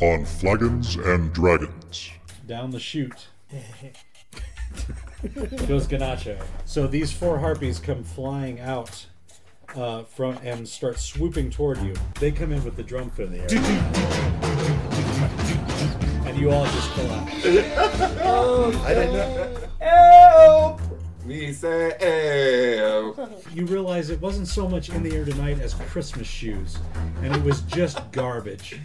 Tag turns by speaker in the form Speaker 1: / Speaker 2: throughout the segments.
Speaker 1: on Flagons and Dragons.
Speaker 2: down the chute goes Ganacho. So these four harpies come flying out uh, from and start swooping toward you. They come in with the drum fit in the air, and you all just collapse.
Speaker 3: I didn't know. Me say, "Ew."
Speaker 2: You realize it wasn't so much in the air tonight as Christmas shoes, and it was just garbage.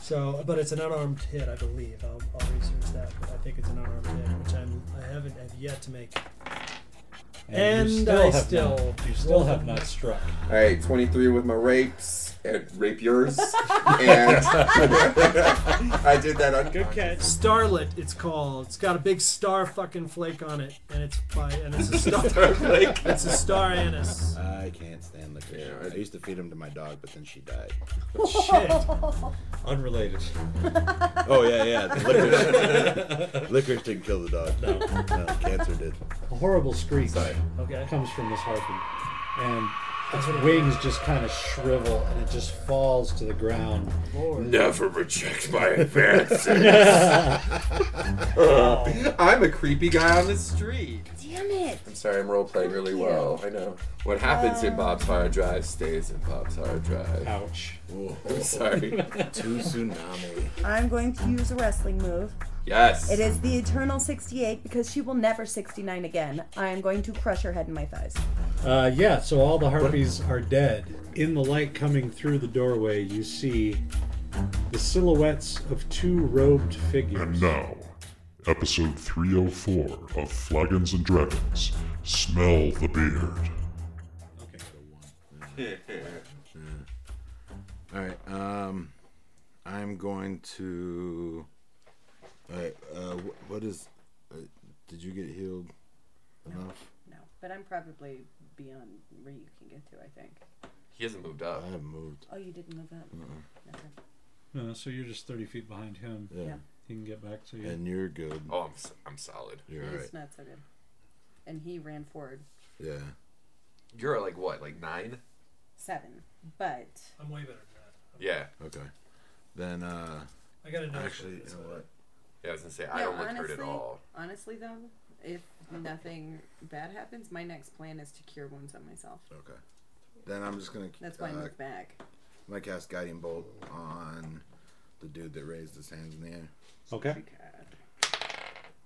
Speaker 4: So, but it's an unarmed hit, I believe. I'll, I'll research that, but I think it's an unarmed hit, which I'm, I haven't have yet to make.
Speaker 2: And, you
Speaker 4: And
Speaker 2: still
Speaker 4: I
Speaker 2: have
Speaker 4: still-
Speaker 2: not, you still have not struck.
Speaker 3: All right, 23 with my rapes and rapiers. and I did that on good
Speaker 2: catch.
Speaker 4: Starlet, it's called. It's got a big star fucking flake on it, and it's by and it's a star.
Speaker 3: like,
Speaker 4: it's a star anise.
Speaker 5: I can't stand the fish.
Speaker 3: Yeah, I-
Speaker 5: I used to feed him to my dog, but then she died.
Speaker 4: Shit.
Speaker 2: Unrelated.
Speaker 5: Oh yeah, yeah. the Licorice, licorice didn't kill the dog. No, cancer did.
Speaker 2: A horrible screech
Speaker 4: Okay.
Speaker 2: comes from this harpy, and its wings just kind of shrivel and it just falls to the ground.
Speaker 3: never reject my advances. I'm a creepy guy on the street.
Speaker 6: Damn it!
Speaker 3: I'm sorry, I'm role playing really well. I know. What happens in Bob's Hard Drive stays in Bob's Hard Drive.
Speaker 2: Ouch.
Speaker 3: I'm sorry.
Speaker 5: Two tsunami.
Speaker 6: I'm going to use a wrestling move.
Speaker 3: Yes.
Speaker 6: It is the Eternal 68 because she will never 69 again. I am going to crush her head in my thighs.
Speaker 2: Uh, yeah, so all the harpies are dead. In the light coming through the doorway, you see the silhouettes of two robed
Speaker 1: And
Speaker 2: figures.
Speaker 1: now, episode 304 of Flagons and Dragons. Smell the beard.
Speaker 5: All right. Um, I'm going to. All right. Uh, wh- what is? Uh, did you get healed enough?
Speaker 7: No, but I'm probably beyond where you can get to, I think.
Speaker 3: he hasn't moved up.
Speaker 5: I haven't moved.
Speaker 7: Oh, you didn't move up? Nothing.
Speaker 2: Uh, so you're just 30 feet behind him.
Speaker 5: Yeah.
Speaker 2: He can get back to you.
Speaker 5: And you're good.
Speaker 3: Oh, I'm, s- I'm solid.
Speaker 5: You're all right.
Speaker 7: It's not so good. And he ran forward
Speaker 5: Yeah.
Speaker 3: You're like what, like nine?
Speaker 7: seven, but
Speaker 4: I'm way better than
Speaker 3: Yeah.
Speaker 5: Okay. Then uh,
Speaker 4: that. I got a note.
Speaker 5: actually, you know what?
Speaker 3: Yeah, I was gonna say I
Speaker 7: No,
Speaker 3: don't look hurt at
Speaker 7: honestly-
Speaker 3: all.
Speaker 7: honestly, though, if nothing bad happens, my next plan is to cure wounds on myself.
Speaker 5: Okay. Then I'm just gonna.
Speaker 7: That's why I
Speaker 5: uh,
Speaker 7: moved back.
Speaker 5: I'm gonna cast guiding bolt on the dude that raised his hands in the air.
Speaker 2: Okay.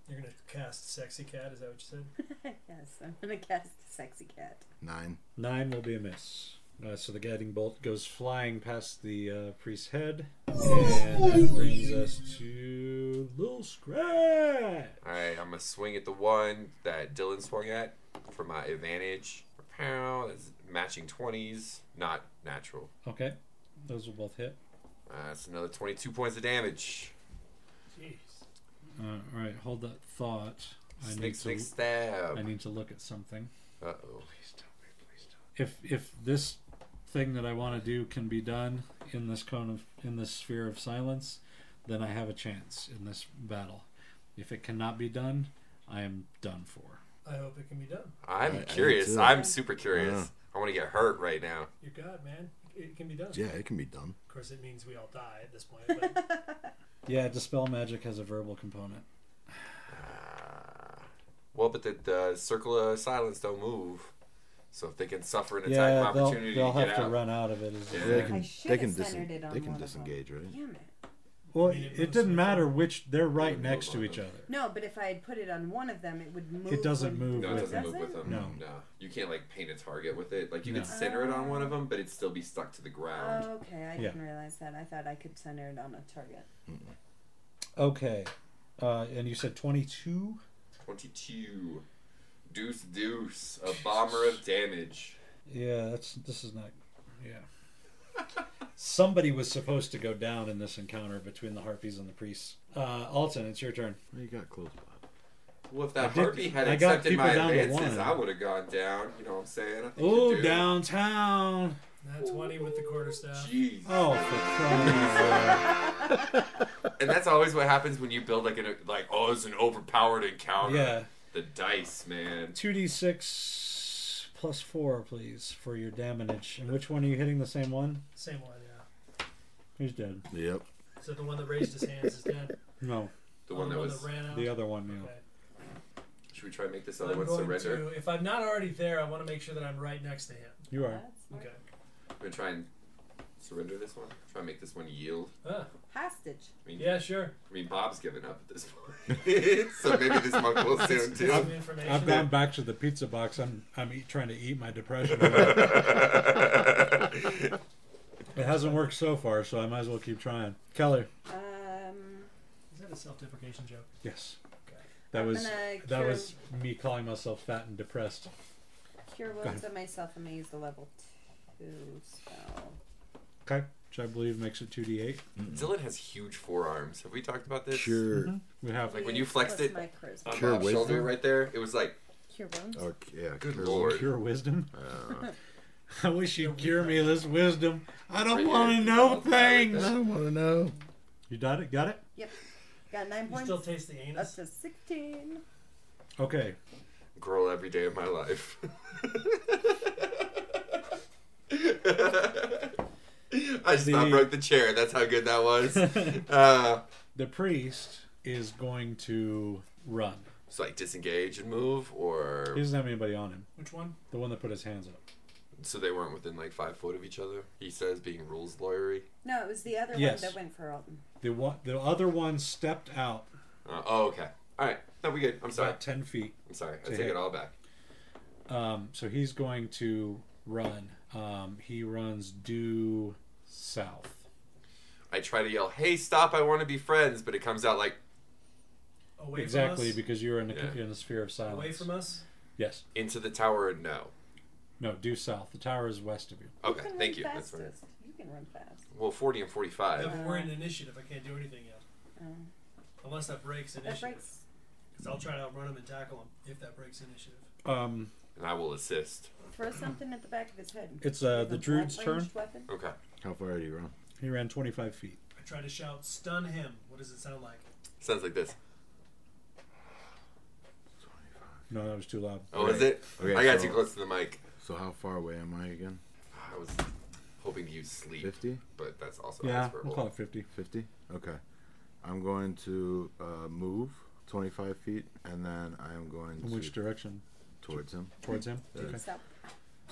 Speaker 4: You're gonna cast sexy cat. Is that what you said?
Speaker 7: Yes, I'm gonna cast sexy cat.
Speaker 5: Nine.
Speaker 2: Nine will be a miss. Uh, so the guiding bolt goes flying past the uh, priest's head. And that brings us to Little Scratch.
Speaker 3: Alright, I'm gonna swing at the one that Dylan swung at for my advantage. Pow, that's matching twenties. Not natural.
Speaker 2: Okay. Those will both hit.
Speaker 3: Uh, that's another twenty-two points of damage.
Speaker 4: Jeez.
Speaker 2: Uh, all right, hold that thought. I
Speaker 3: Sneak,
Speaker 2: need,
Speaker 3: sneak,
Speaker 2: to, I
Speaker 3: stab.
Speaker 2: need to look at something.
Speaker 3: Uh oh.
Speaker 2: If if this thing that I want to do can be done in this cone of in this sphere of silence, then I have a chance in this battle. If it cannot be done, I am done for.
Speaker 4: I hope it can be done.
Speaker 3: I'm
Speaker 5: I- I
Speaker 3: curious.
Speaker 5: too.
Speaker 3: I'm super curious.
Speaker 5: Yeah.
Speaker 2: Uh-huh.
Speaker 3: I want to get hurt right now.
Speaker 4: You're God, man. It can be done.
Speaker 5: Yeah, it can be done.
Speaker 4: Of course, it means we all die at this point. But
Speaker 2: Yeah, dispel magic has a verbal component.
Speaker 3: Well, but the, the circle of silence don't move. So if they can suffer an attack
Speaker 2: yeah,
Speaker 3: of
Speaker 2: they'll,
Speaker 3: opportunity,
Speaker 2: they'll
Speaker 3: to get
Speaker 2: have to
Speaker 3: out.
Speaker 2: run out of it. Is the
Speaker 3: Yeah.
Speaker 5: They
Speaker 2: thing.
Speaker 5: can,
Speaker 7: should
Speaker 5: they
Speaker 7: have
Speaker 5: can,
Speaker 7: centered it
Speaker 5: disen-
Speaker 7: on
Speaker 5: they can
Speaker 7: one of them.
Speaker 5: disengage, right?
Speaker 7: Damn it.
Speaker 2: Well,
Speaker 4: mean, it
Speaker 2: it
Speaker 4: moves
Speaker 2: didn't
Speaker 4: so
Speaker 2: matter
Speaker 4: far.
Speaker 2: which. They're right
Speaker 3: Move
Speaker 2: next to
Speaker 3: on
Speaker 2: each
Speaker 3: them.
Speaker 2: other.
Speaker 7: No, but if I had put it on one of them, it would move.
Speaker 2: It doesn't
Speaker 7: when-
Speaker 2: move
Speaker 3: No, it
Speaker 2: with
Speaker 3: doesn't
Speaker 2: them.
Speaker 3: move with them.
Speaker 2: No.
Speaker 3: no. You can't like paint a target with it. Like you
Speaker 2: No.
Speaker 3: could center it on one of them, but it'd still be stuck to the ground.
Speaker 7: Oh, okay. I
Speaker 2: Yeah.
Speaker 7: didn't realize that. I thought I could center it on a target.
Speaker 2: Okay, uh, and you said twenty-two.
Speaker 3: 22. Deuce, deuce. A bomber of damage.
Speaker 2: Yeah, that's this is not. Yeah. Somebody was supposed to go down in this encounter between the harpies and the priests. Uh, Alton, it's your turn.
Speaker 5: Well, you got close, Bob.
Speaker 3: Well, if that
Speaker 2: did-
Speaker 3: harpy had
Speaker 2: I got
Speaker 3: accepted
Speaker 2: people
Speaker 3: my
Speaker 2: down to
Speaker 3: advances,
Speaker 2: one.
Speaker 3: I would have gone down. You know what I'm saying? I think you
Speaker 2: Oh,
Speaker 3: do.
Speaker 2: downtown.
Speaker 4: Not 20 with the quarterstaff.
Speaker 3: Jeez.
Speaker 2: Oh, for crying
Speaker 3: And that's always what happens when you build like an like oh it's an overpowered
Speaker 2: out
Speaker 3: encounter.
Speaker 2: Yeah.
Speaker 3: The dice, man.
Speaker 2: 2d6 plus 4, please, for your damage. And which one are you hitting? The same one?
Speaker 4: Same one, yeah.
Speaker 2: Who's dead?
Speaker 5: Yep.
Speaker 4: So the one that raised his hands is dead.
Speaker 2: No,
Speaker 3: The
Speaker 4: Oh,
Speaker 3: one that was.
Speaker 4: ran out.
Speaker 2: the other one, yeah.
Speaker 4: Okay.
Speaker 3: Should we try and make this other
Speaker 4: I'm
Speaker 3: one
Speaker 4: going
Speaker 3: surrender?
Speaker 4: to, if I'm not already there, I want to make sure that I'm right next to him.
Speaker 2: You are.
Speaker 7: That's
Speaker 4: Okay.
Speaker 3: We're gonna try and surrender this one. Try and make this one yield.
Speaker 4: Huh.
Speaker 7: hostage.
Speaker 3: I mean,
Speaker 4: Yeah, sure.
Speaker 3: I mean Bob's given up at this point, so maybe this monk will soon
Speaker 4: Get some
Speaker 3: too.
Speaker 4: information.
Speaker 2: I've gone back to the pizza box. I'm I'm eat, trying to eat my depression. away. it hasn't worked so far, so I might as well keep trying. Keller,
Speaker 7: Um,
Speaker 4: Is that a self-deprecation joke?
Speaker 2: yes,
Speaker 4: Okay.
Speaker 2: that
Speaker 7: I'm
Speaker 2: was
Speaker 7: gonna
Speaker 2: that
Speaker 7: cure-
Speaker 2: was me calling myself fat and depressed.
Speaker 7: cure wounds on myself. I'm gonna use the level two spell.
Speaker 2: Okay, which I believe makes it two d eight.
Speaker 3: Dylan has huge forearms. Have we talked about this?
Speaker 5: Cure.
Speaker 2: We have
Speaker 3: Like when you
Speaker 7: Yes,
Speaker 3: flexed
Speaker 7: plus
Speaker 3: it- Um,
Speaker 7: My charisma.
Speaker 3: On
Speaker 5: Cure
Speaker 3: Bob's
Speaker 5: wisdom?
Speaker 3: shoulder right there. It was like
Speaker 6: Cure wounds.
Speaker 5: Oh, yeah.
Speaker 3: Good
Speaker 5: cure.
Speaker 3: lord.
Speaker 2: cure wisdom.
Speaker 3: Oh.
Speaker 2: I wish you'd cure me this wisdom. I don't want to
Speaker 3: here.
Speaker 2: know
Speaker 5: I
Speaker 2: things.
Speaker 5: don't want to know.
Speaker 2: You got it. Got it.
Speaker 7: Yep. Got nine
Speaker 4: You
Speaker 7: points.
Speaker 4: still taste the
Speaker 7: Up
Speaker 4: anus?
Speaker 7: to sixteen.
Speaker 2: Okay.
Speaker 3: girl every day of my life. I just about
Speaker 2: The-
Speaker 3: broke the chair. That's how good that was. uh,
Speaker 2: The priest is going to run.
Speaker 3: so like disengage and move, or
Speaker 2: He doesn't have anybody on him.
Speaker 4: Which one?
Speaker 2: The one that put his hands up.
Speaker 3: so they weren't within like five foot of each other. He says being rules lawyery.
Speaker 7: No, it was the other
Speaker 2: Yes.
Speaker 7: one that went for Alton.
Speaker 2: The one, the other one stepped out
Speaker 3: Uh, oh, okay. All right. No, we good. I'm sorry.
Speaker 2: about ten feet.
Speaker 3: I'm sorry. I
Speaker 2: to
Speaker 3: take
Speaker 2: hit.
Speaker 3: it all back.
Speaker 2: Um, so he's going to run. Um, he runs due south.
Speaker 3: I try to yell, "Hey, stop! I want to be friends," but it comes out like
Speaker 4: Away
Speaker 2: exactly,
Speaker 4: from us?
Speaker 2: because you're in the
Speaker 3: Yeah.
Speaker 2: in the sphere of silence.
Speaker 4: Away from us?
Speaker 2: Yes.
Speaker 3: into the tower. and No.
Speaker 2: No. Due south. The tower is west of you.
Speaker 3: Okay.
Speaker 7: can
Speaker 3: Thank
Speaker 7: run
Speaker 3: you. That's
Speaker 7: Fastest.
Speaker 3: fine.
Speaker 7: You can run fast.
Speaker 3: Well, forty and
Speaker 4: Yeah,
Speaker 3: forty-five.
Speaker 4: but we're
Speaker 7: Uh-huh.
Speaker 4: in initiative. I can't do anything yet.
Speaker 7: Um,
Speaker 4: Unless that breaks
Speaker 7: that
Speaker 4: initiative.
Speaker 7: breaks.
Speaker 4: Because I'll try to outrun him and tackle him if that breaks initiative.
Speaker 2: Um,
Speaker 3: And I will assist.
Speaker 7: Throw something at the back of his head.
Speaker 2: it's uh,
Speaker 7: With a
Speaker 2: the druid's turn.
Speaker 7: blunt-ranged Weapon.
Speaker 3: Okay.
Speaker 5: How far are you, Ron?
Speaker 2: He ran 25 feet.
Speaker 4: I try to shout, stun him. What does it sound like?
Speaker 3: Sounds like this.
Speaker 2: No, that was too loud.
Speaker 3: Oh, is
Speaker 5: Right.
Speaker 3: it?
Speaker 5: Okay,
Speaker 3: I got
Speaker 5: so-
Speaker 3: too close to the mic.
Speaker 5: So how far away am I again?
Speaker 3: I was hoping to use sleep,
Speaker 5: 50?
Speaker 3: but that's also
Speaker 2: Yeah,
Speaker 3: for
Speaker 2: we'll call it 50.
Speaker 5: 50? Okay. I'm going to uh, move 25 feet, and then I am going
Speaker 2: In which
Speaker 5: to
Speaker 2: direction?
Speaker 5: towards him.
Speaker 2: Towards him. Okay.
Speaker 7: Stop.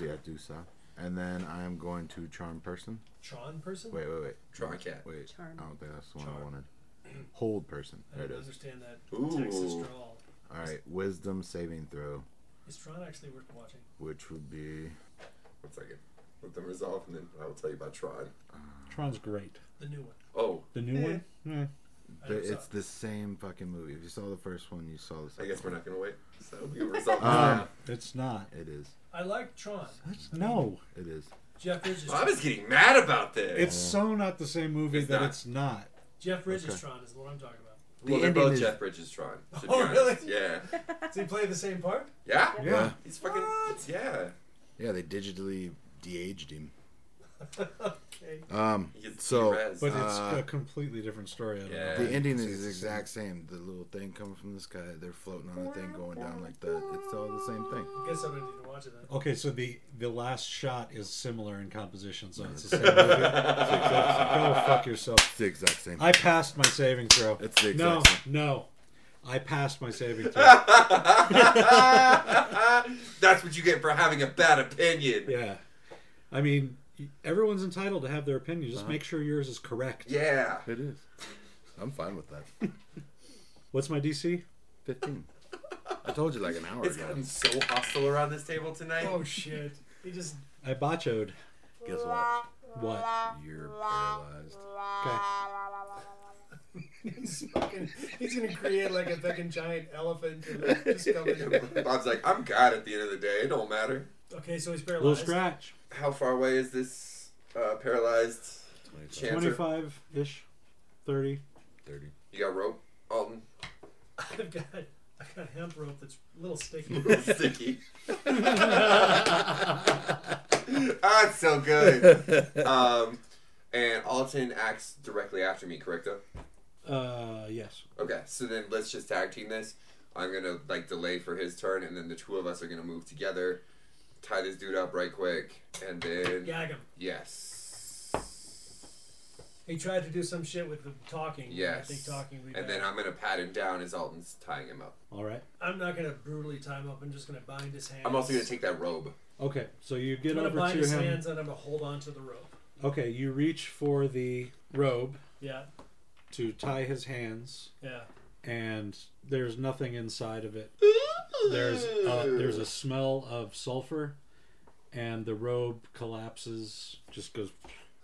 Speaker 5: Yeah, do so. And then I am going to charm person.
Speaker 4: Tron person?
Speaker 5: Wait, wait, wait.
Speaker 3: Draw a cat.
Speaker 5: Wait,
Speaker 7: Charm.
Speaker 5: I don't think that's the one I
Speaker 4: Charm.
Speaker 5: wanted. Hold person.
Speaker 4: I
Speaker 5: There
Speaker 4: don't
Speaker 5: it is.
Speaker 4: understand that
Speaker 3: Ooh.
Speaker 4: Texas drawl.
Speaker 5: All right, wisdom saving throw,
Speaker 4: Is Tron actually worth watching?
Speaker 5: which would be
Speaker 3: One second. Let them resolve, and then I will tell you about Tron.
Speaker 2: Tron's great.
Speaker 4: The new one.
Speaker 3: Oh,
Speaker 2: The new one. Eh.
Speaker 4: I
Speaker 5: But
Speaker 4: hope so.
Speaker 5: it's the same fucking movie. If you saw the first one, you saw the
Speaker 3: I
Speaker 5: second.
Speaker 3: guess we're not gonna wait. So we can resolve.
Speaker 5: Um,
Speaker 2: It's not.
Speaker 5: It is.
Speaker 4: I like Tron.
Speaker 2: No.
Speaker 5: It is.
Speaker 4: Jeff Bridges.
Speaker 3: now. I was getting mad about this.
Speaker 2: It's so not the same movie
Speaker 3: It's
Speaker 2: that
Speaker 3: not.
Speaker 2: it's not.
Speaker 4: Jeff Bridges
Speaker 5: Okay.
Speaker 4: Tron is the one I'm talking about.
Speaker 3: well,
Speaker 5: the
Speaker 3: they're
Speaker 5: ending
Speaker 3: both
Speaker 5: is-
Speaker 3: Jeff Bridges Tron. to be
Speaker 4: Oh,
Speaker 3: honest. Yeah.
Speaker 4: Does he play the same part?
Speaker 3: Yeah.
Speaker 2: yeah.
Speaker 3: He's fucking. Yeah.
Speaker 5: Yeah, they digitally de-aged him.
Speaker 4: okay.
Speaker 5: Um,
Speaker 3: He gets
Speaker 5: So,
Speaker 3: de-rezzed.
Speaker 2: But it's
Speaker 5: Uh,
Speaker 2: a completely different story. I don't
Speaker 3: Yeah.
Speaker 2: know.
Speaker 5: the
Speaker 3: Yeah.
Speaker 5: ending is the exact same. The little thing coming from the sky. They're floating on a thing going down like that. It's all the same thing.
Speaker 4: I guess I'm going to need to watch it then.
Speaker 2: Okay, so the the last shot is similar in composition, so it's the same movie. So go, go fuck yourself.
Speaker 5: It's the exact same.
Speaker 2: I passed my saving throw.
Speaker 5: It's the exact
Speaker 2: no,
Speaker 5: same.
Speaker 2: no. I passed my saving throw.
Speaker 3: That's what you get for having a bad opinion.
Speaker 2: yeah. I mean, everyone's entitled to have their opinion.
Speaker 5: Uh-huh.
Speaker 2: Just make sure yours is correct.
Speaker 3: Yeah.
Speaker 5: It is. I'm fine with that.
Speaker 2: What's my DC?
Speaker 5: Fifteen. I told you like an hour
Speaker 3: It's
Speaker 5: ago.
Speaker 3: gotten so hostile around this table tonight.
Speaker 4: Oh, shit. He just.
Speaker 2: I bachoed.
Speaker 5: Guess what?
Speaker 2: What?
Speaker 5: You're paralyzed.
Speaker 2: Okay.
Speaker 4: He's fucking. He's going to create like a fucking giant elephant. And like, just come in.
Speaker 3: Bob's like, I'm God at the end of the day. It don't matter.
Speaker 4: Okay, so he's
Speaker 2: Little
Speaker 4: paralyzed.
Speaker 2: scratch.
Speaker 3: How far away is this uh, paralyzed
Speaker 5: 25,
Speaker 3: Chance. Answer.
Speaker 8: 25 ish. 30.
Speaker 5: 30.
Speaker 3: You got rope, Alton?
Speaker 4: I've got I've got hemp rope that's a little sticky.
Speaker 3: Sticky. Ah, it's so good. Um, and Alton acts directly after me, correcto?
Speaker 2: Uh, yes.
Speaker 3: Okay, so then let's just tag team this. I'm gonna like delay for his turn, and then the two of us are gonna move together, tie this dude up right quick, and then
Speaker 4: Gag him.
Speaker 3: yes,
Speaker 4: He tried to do some shit with the talking. I
Speaker 3: yes,
Speaker 4: think talking would be
Speaker 3: and
Speaker 4: bad.
Speaker 3: then I'm gonna pat him down as Alton's tying him up.
Speaker 2: All right.
Speaker 4: I'm not gonna brutally tie him up. I'm just gonna bind his hands.
Speaker 3: I'm also gonna take that robe.
Speaker 2: Okay. So you
Speaker 4: I'm
Speaker 2: get
Speaker 4: gonna
Speaker 2: over
Speaker 4: bind
Speaker 2: to
Speaker 4: his
Speaker 2: him.
Speaker 4: hands and I'm gonna hold on to the rope.
Speaker 2: Okay. You reach for the robe
Speaker 4: Yeah,
Speaker 2: to tie his hands,
Speaker 4: yeah.
Speaker 2: and there's nothing inside of it. There's a, there's a smell of sulfur, and the robe collapses. Just goes.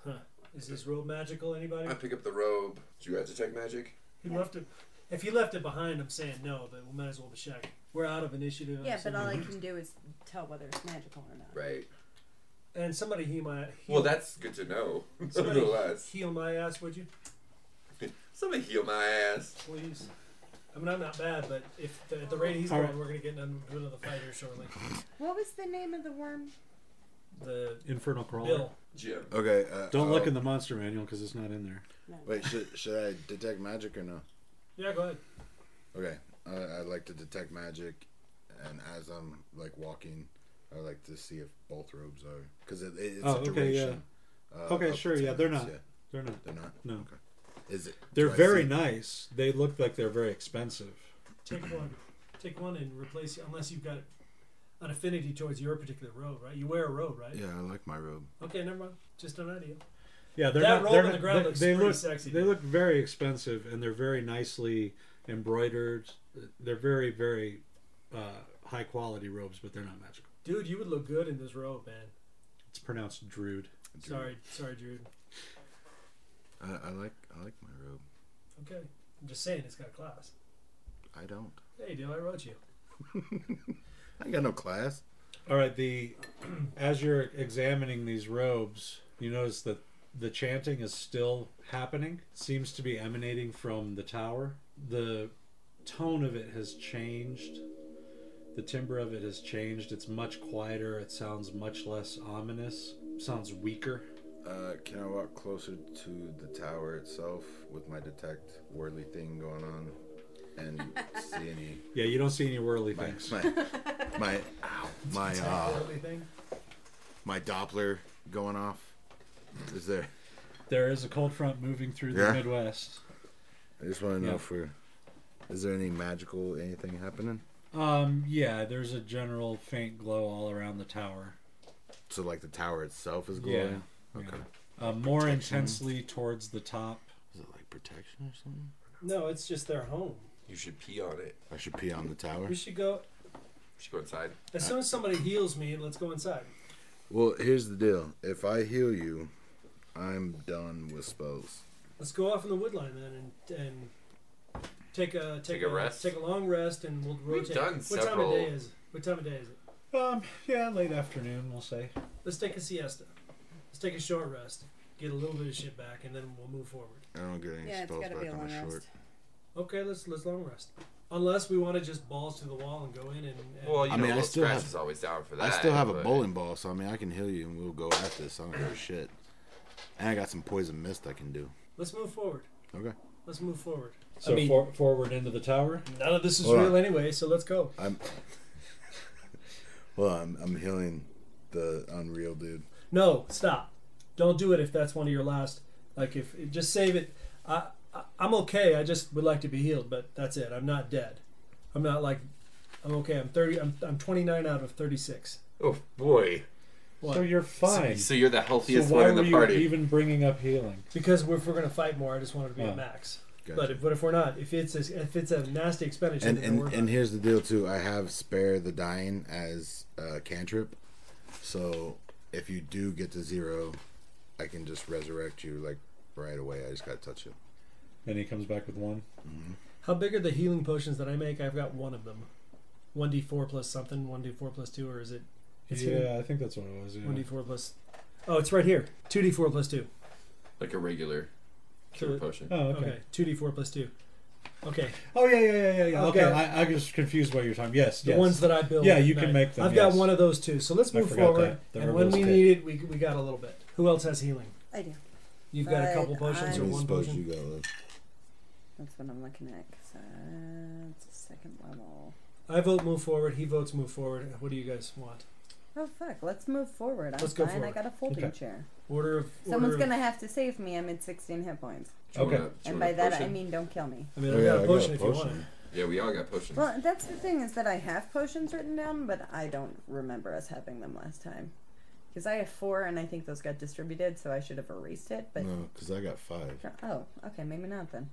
Speaker 4: Huh. Is this rope magical? Anybody?
Speaker 3: I pick up the robe. Do you guys detect magic?
Speaker 4: He left it. If he left it behind, I'm saying no, but we might as well be check. We're out of initiative.
Speaker 7: Yeah,
Speaker 4: so-
Speaker 7: but all I can do is tell whether it's magical or not.
Speaker 3: Right.
Speaker 4: and somebody he might. Heal,
Speaker 3: Well, that's good to know.
Speaker 4: somebody
Speaker 3: Nonetheless,
Speaker 4: heal my ass, would you?
Speaker 3: somebody heal my ass.
Speaker 4: Please. I mean, I'm not bad, but if the, at the rate he's
Speaker 2: All
Speaker 4: going,
Speaker 2: right.
Speaker 4: we're gonna get into another fight here shortly.
Speaker 7: What was the name of the worm?
Speaker 4: The
Speaker 2: Infernal crawler.
Speaker 4: bill.
Speaker 3: Jim.
Speaker 5: Okay. Uh,
Speaker 2: Don't look
Speaker 5: oh,
Speaker 2: in the monster manual because it's not in there.
Speaker 5: Wait, should, should I detect magic or no?
Speaker 4: Yeah, go ahead.
Speaker 5: Okay, I, I like to detect magic, and as I'm like walking, I like to see if both robes are because it, it- it's
Speaker 2: Oh,
Speaker 5: a
Speaker 2: okay,
Speaker 5: duration. uh,
Speaker 2: Okay,
Speaker 5: up
Speaker 2: sure,
Speaker 5: to
Speaker 2: yeah,
Speaker 5: 10
Speaker 2: they're
Speaker 5: minutes,
Speaker 2: not. They're not.
Speaker 5: they're not.
Speaker 2: No.
Speaker 5: Is it?
Speaker 2: They're
Speaker 5: do I
Speaker 2: very
Speaker 5: see-
Speaker 2: nice. They look like they're very expensive.
Speaker 4: Take one. Take one and replace it, unless you've got an affinity towards your particular robe, right? You wear a robe, right?
Speaker 5: Yeah, I like my robe.
Speaker 4: Okay, never mind. Just an idea.
Speaker 2: Yeah, they're
Speaker 4: That
Speaker 2: not,
Speaker 4: roll
Speaker 2: they're
Speaker 4: on the
Speaker 2: not-
Speaker 4: ground
Speaker 2: they,
Speaker 4: looks
Speaker 2: they
Speaker 4: pretty
Speaker 2: look,
Speaker 4: sexy,
Speaker 2: They
Speaker 4: dude.
Speaker 2: look very expensive, and they're very nicely embroidered. They're very, very uh, high quality robes, but they're not magical.
Speaker 4: Dude, you would look good in this robe, man.
Speaker 2: It's pronounced druid.
Speaker 4: Sorry, sorry, Drew.
Speaker 5: I, I like I like my robe.
Speaker 4: Okay. I'm just saying, it's got class.
Speaker 5: I don't.
Speaker 4: Hey, dude, I wrote you.
Speaker 5: I ain't got no class.
Speaker 2: All right. The as you're examining these robes, you notice that the chanting is still happening. Seems to be emanating from the tower. The tone of it has changed. The timbre of it has changed. It's much quieter. It sounds much less ominous. Sounds weaker.
Speaker 5: Uh, can I walk closer to the tower itself with my detect whirly thing going on, and see any
Speaker 2: Yeah, you don't see any whirly
Speaker 5: my
Speaker 2: things.
Speaker 5: my my ow, my uh,
Speaker 4: Everything.
Speaker 5: my Doppler going off? Is there?
Speaker 2: There is a cold front moving through the
Speaker 5: Yeah.
Speaker 2: Midwest.
Speaker 5: I just want to know
Speaker 2: Yeah.
Speaker 5: if we're. Is there any magical anything happening?
Speaker 2: Um, yeah, there's a general faint glow all around the tower.
Speaker 5: So like the tower itself is
Speaker 2: Yeah.
Speaker 5: glowing. Okay.
Speaker 2: Uh, more intensely towards the top.
Speaker 5: Is it like protection or something?
Speaker 4: No, it's just their home.
Speaker 3: You should pee on it.
Speaker 5: I should pee on the tower.
Speaker 4: We should go.
Speaker 3: You should go inside.
Speaker 4: As soon as somebody heals me, let's go inside.
Speaker 5: Well, here's the deal. If I heal you, I'm done with spells.
Speaker 4: Let's go off in the wood line then and and take a take,
Speaker 3: Take a rest?
Speaker 4: Take a long rest and we'll
Speaker 3: We've
Speaker 4: rotate.
Speaker 3: done
Speaker 4: what time
Speaker 3: several-
Speaker 4: of day is it? What time of day is it?
Speaker 2: Um, yeah, late afternoon, we'll say.
Speaker 4: Let's take a siesta. Let's take a short rest. Get a little bit of shit back and then we'll move forward.
Speaker 5: I don't get any
Speaker 7: Yeah, it's
Speaker 5: spells
Speaker 7: gotta be
Speaker 5: back
Speaker 7: a
Speaker 5: on
Speaker 7: long
Speaker 5: my
Speaker 7: rest.
Speaker 5: short.
Speaker 4: Okay, let's let's long rest. Unless we want to just balls to the wall and go in and, and
Speaker 3: Well, you
Speaker 5: I
Speaker 3: know,
Speaker 5: mean, I
Speaker 3: little
Speaker 5: still
Speaker 3: scratch
Speaker 5: have-
Speaker 3: is always down for that.
Speaker 5: I still have a
Speaker 3: but-
Speaker 5: bowling ball, so I mean I can heal you and we'll go at this. I don't give a shit. And I got some poison mist I can do.
Speaker 4: let's move forward.
Speaker 5: Okay.
Speaker 4: Let's move forward.
Speaker 2: So
Speaker 4: I mean-
Speaker 2: for, forward into the tower.
Speaker 4: None of this is
Speaker 5: Hold on.
Speaker 4: real anyway, so let's go.
Speaker 5: I'm. well, I'm I'm healing the unreal dude.
Speaker 4: No, stop. Don't do it if that's one of your last. Like if just save it. I, I I'm okay. I just would like to be healed, but that's it. I'm not dead. I'm not like I'm okay. I'm 30. I'm I'm 29 out of 36.
Speaker 3: Oh boy.
Speaker 4: What?
Speaker 2: So you're fine.
Speaker 3: So you're the
Speaker 2: So
Speaker 3: healthiest
Speaker 2: why
Speaker 3: one in
Speaker 2: were
Speaker 3: the
Speaker 2: you
Speaker 3: party.
Speaker 2: even bringing up healing?
Speaker 4: Because if we're gonna fight more, I just want it to be
Speaker 2: Oh.
Speaker 4: a max.
Speaker 5: Gotcha.
Speaker 4: But if but if we're not, if it's a, if it's a nasty expenditure,
Speaker 5: and
Speaker 4: then we're
Speaker 5: and,
Speaker 4: not.
Speaker 5: and here's the deal too. I have spare the dying as a cantrip, so if you do get to zero, I can just resurrect you like right away. I just gotta touch you.
Speaker 2: Then he comes back with one.
Speaker 4: how big are the healing potions that I make? I've got one of them. 1d4 plus something. 1d4 plus two, or is it? It's
Speaker 2: yeah,
Speaker 4: hidden.
Speaker 2: I think that's what it was. Yeah.
Speaker 4: 1d4 plus. Oh, it's right here. 2d4 plus two.
Speaker 3: like a regular cure
Speaker 4: So-
Speaker 3: potion.
Speaker 2: Oh, okay.
Speaker 4: Okay, two d four plus two. Okay,
Speaker 2: Oh yeah, yeah, yeah, yeah. yeah.
Speaker 4: I've
Speaker 2: Okay,
Speaker 4: got-
Speaker 2: I, I just confused why you're talking. Yes,
Speaker 4: the
Speaker 2: yes.
Speaker 4: ones that I build.
Speaker 2: Yeah,
Speaker 4: at
Speaker 2: you can
Speaker 4: night.
Speaker 2: make them,
Speaker 4: I've
Speaker 2: yes.
Speaker 4: got one of those too. So let's
Speaker 2: I
Speaker 4: move
Speaker 2: forgot
Speaker 4: forward.
Speaker 2: that. The
Speaker 4: and when
Speaker 2: herbalist
Speaker 4: we
Speaker 2: kit.
Speaker 4: need it, we, we got a little bit. Who else has healing?
Speaker 6: I do.
Speaker 4: You've got a
Speaker 6: But
Speaker 4: couple potions
Speaker 6: I'm-
Speaker 4: or
Speaker 5: I
Speaker 4: one
Speaker 5: suppose
Speaker 4: potion.
Speaker 5: you got left.
Speaker 6: That's what I'm looking at. 'cause, uh, it's a second level.
Speaker 4: I vote move forward. He votes move forward. What do you guys want?
Speaker 6: Oh fuck! Let's move forward. I'm
Speaker 4: Let's go
Speaker 6: fine. I
Speaker 4: forward.
Speaker 6: got a folding
Speaker 2: Okay.
Speaker 6: chair.
Speaker 4: Order of.
Speaker 6: Someone's
Speaker 4: order of-
Speaker 6: gonna have to save me. I'm at 16 hit points,
Speaker 3: Do you
Speaker 2: Okay.
Speaker 3: wanna- do you
Speaker 6: and by
Speaker 3: want a
Speaker 6: that I
Speaker 3: potion?
Speaker 6: mean don't kill me.
Speaker 4: I mean,
Speaker 5: Oh,
Speaker 4: I've
Speaker 5: yeah,
Speaker 4: got
Speaker 5: I
Speaker 4: a
Speaker 5: got
Speaker 4: potion
Speaker 5: a
Speaker 4: if you want
Speaker 5: potion.
Speaker 4: it.
Speaker 3: Yeah, we all got potions.
Speaker 6: Well, that's the thing is that I have potions written down, but I don't remember us having them last time. Because I have four, and I think those got distributed, so I should have erased it. But
Speaker 5: No, because uh, I got five.
Speaker 6: oh, okay, maybe not then.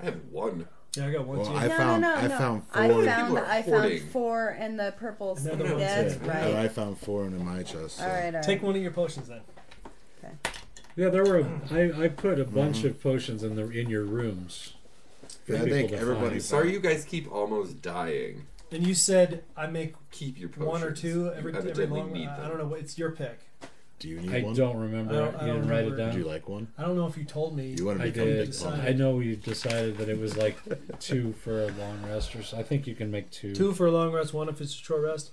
Speaker 3: I have one.
Speaker 4: Yeah, I got one.
Speaker 5: Well,
Speaker 4: too.
Speaker 5: I
Speaker 6: no,
Speaker 5: found
Speaker 6: no, no,
Speaker 5: I
Speaker 6: no.
Speaker 5: found
Speaker 6: I
Speaker 5: four.
Speaker 6: found
Speaker 3: People are
Speaker 6: I found
Speaker 3: hoarding.
Speaker 6: four and the purple.
Speaker 4: Another
Speaker 6: skin.
Speaker 4: one's
Speaker 6: That's
Speaker 4: there.
Speaker 6: right.
Speaker 5: But I found four in my chest. So.
Speaker 6: All right, all right.
Speaker 4: Take one of your potions then.
Speaker 2: Yeah, there were. I, I put a bunch of potions in the in your rooms. for
Speaker 5: Yeah, I
Speaker 2: people
Speaker 5: think
Speaker 2: to
Speaker 5: everybody.
Speaker 2: find.
Speaker 3: Sorry, you guys keep almost dying.
Speaker 4: And you said I make
Speaker 3: Keep your potions.
Speaker 4: one or two
Speaker 3: You
Speaker 4: every every
Speaker 3: evidently
Speaker 4: long.
Speaker 3: need
Speaker 4: I, I
Speaker 3: them.
Speaker 4: don't know. what- It's your pick.
Speaker 5: Do you need
Speaker 2: I
Speaker 5: one?
Speaker 2: don't remember.
Speaker 4: I don't- I
Speaker 2: you didn't
Speaker 4: don't
Speaker 2: write it
Speaker 4: remember.
Speaker 2: down.
Speaker 5: Do you like one?
Speaker 4: I don't know if you told me.
Speaker 5: You want to
Speaker 2: I
Speaker 5: become
Speaker 2: did.
Speaker 5: big
Speaker 4: Decide.
Speaker 5: Papa?
Speaker 2: I know we decided that it was like two for a long rest, or so. I think you can make two.
Speaker 4: two for a long rest, one if it's a short rest.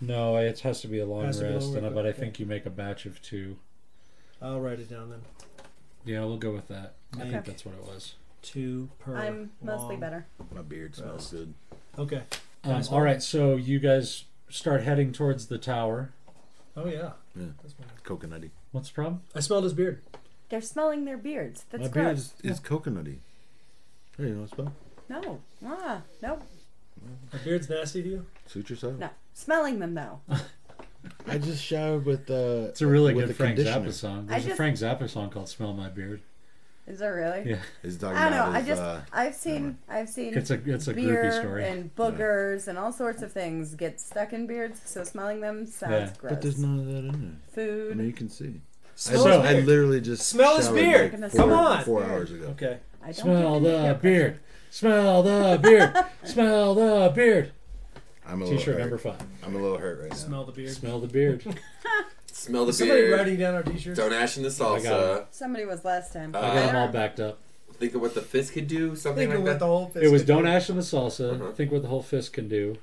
Speaker 2: No, it has to be a long rest,
Speaker 4: Has to be a long
Speaker 2: and I-
Speaker 4: rest,
Speaker 2: but I
Speaker 4: okay.
Speaker 2: think you make a batch of two.
Speaker 4: I'll write it down then.
Speaker 2: Yeah, we'll go with that. I think
Speaker 6: Okay.
Speaker 2: that's what it was.
Speaker 4: Two per.
Speaker 6: I'm mostly
Speaker 4: long-
Speaker 6: better.
Speaker 5: My beard smells good.
Speaker 4: Okay.
Speaker 2: Um,
Speaker 4: Nice
Speaker 2: all
Speaker 4: one.
Speaker 2: right, so you guys start heading towards the tower.
Speaker 4: Oh yeah.
Speaker 5: Yeah.
Speaker 4: That's wonderful.
Speaker 5: Coconutty.
Speaker 2: What's the problem?
Speaker 4: I smelled his beard.
Speaker 6: They're smelling their beards. That's
Speaker 5: my beard
Speaker 6: gross.
Speaker 5: is, is coconutty. Hey, you know what smell?
Speaker 6: No. Ah, nope.
Speaker 4: My beard's nasty to you.
Speaker 5: Suit yourself.
Speaker 6: No. Smelling them though.
Speaker 5: I just showered with uh.
Speaker 2: It's a really
Speaker 5: with
Speaker 2: good
Speaker 5: the
Speaker 2: Frank
Speaker 5: conditioner.
Speaker 2: Zappa song.
Speaker 6: I
Speaker 2: There's a
Speaker 6: just-
Speaker 2: Frank Zappa song called "Smell My Beard."
Speaker 6: Is there really?
Speaker 2: Yeah.
Speaker 5: He's talking
Speaker 6: I don't
Speaker 5: about
Speaker 6: know. I
Speaker 5: his,
Speaker 6: just
Speaker 5: uh,
Speaker 6: I've seen I've seen
Speaker 2: It's a it's a
Speaker 6: beer
Speaker 2: groupie story.
Speaker 6: and boogers and all sorts of things get stuck in beards. So smelling them sounds
Speaker 2: Yeah.
Speaker 6: gross.
Speaker 5: but there's none of that in there.
Speaker 6: food.
Speaker 5: I mean, you can see.
Speaker 4: Smell
Speaker 5: I,
Speaker 2: So-
Speaker 4: his
Speaker 5: just- I
Speaker 4: beard.
Speaker 5: literally just
Speaker 4: Smell his
Speaker 5: showered,
Speaker 4: beard!
Speaker 5: like,
Speaker 6: Come
Speaker 5: four-
Speaker 4: on!
Speaker 5: Four hours ago.
Speaker 4: okay.
Speaker 6: I don't
Speaker 2: Smell
Speaker 6: think I can
Speaker 2: the
Speaker 6: get
Speaker 2: beard. Smell the beard. Smell the beard.
Speaker 5: I'm a little
Speaker 2: T-shirt
Speaker 5: hurt.
Speaker 2: number five.
Speaker 5: I'm a little hurt right now.
Speaker 4: Smell the beard.
Speaker 2: Smell the beard.
Speaker 3: Smell the
Speaker 4: Is Somebody
Speaker 3: beer.
Speaker 4: writing down our t-shirts.
Speaker 3: Don't ash in the
Speaker 2: I got
Speaker 3: salsa.
Speaker 6: Somebody was last time.
Speaker 3: Uh,
Speaker 2: I got them all backed up.
Speaker 3: Think of what the fist could do. Something
Speaker 4: Think of
Speaker 3: like
Speaker 4: what
Speaker 3: that.
Speaker 4: the whole.
Speaker 2: It was
Speaker 4: biscuit-
Speaker 2: don't ash in the salsa.
Speaker 3: Uh-huh.
Speaker 2: Think what the whole fist can do.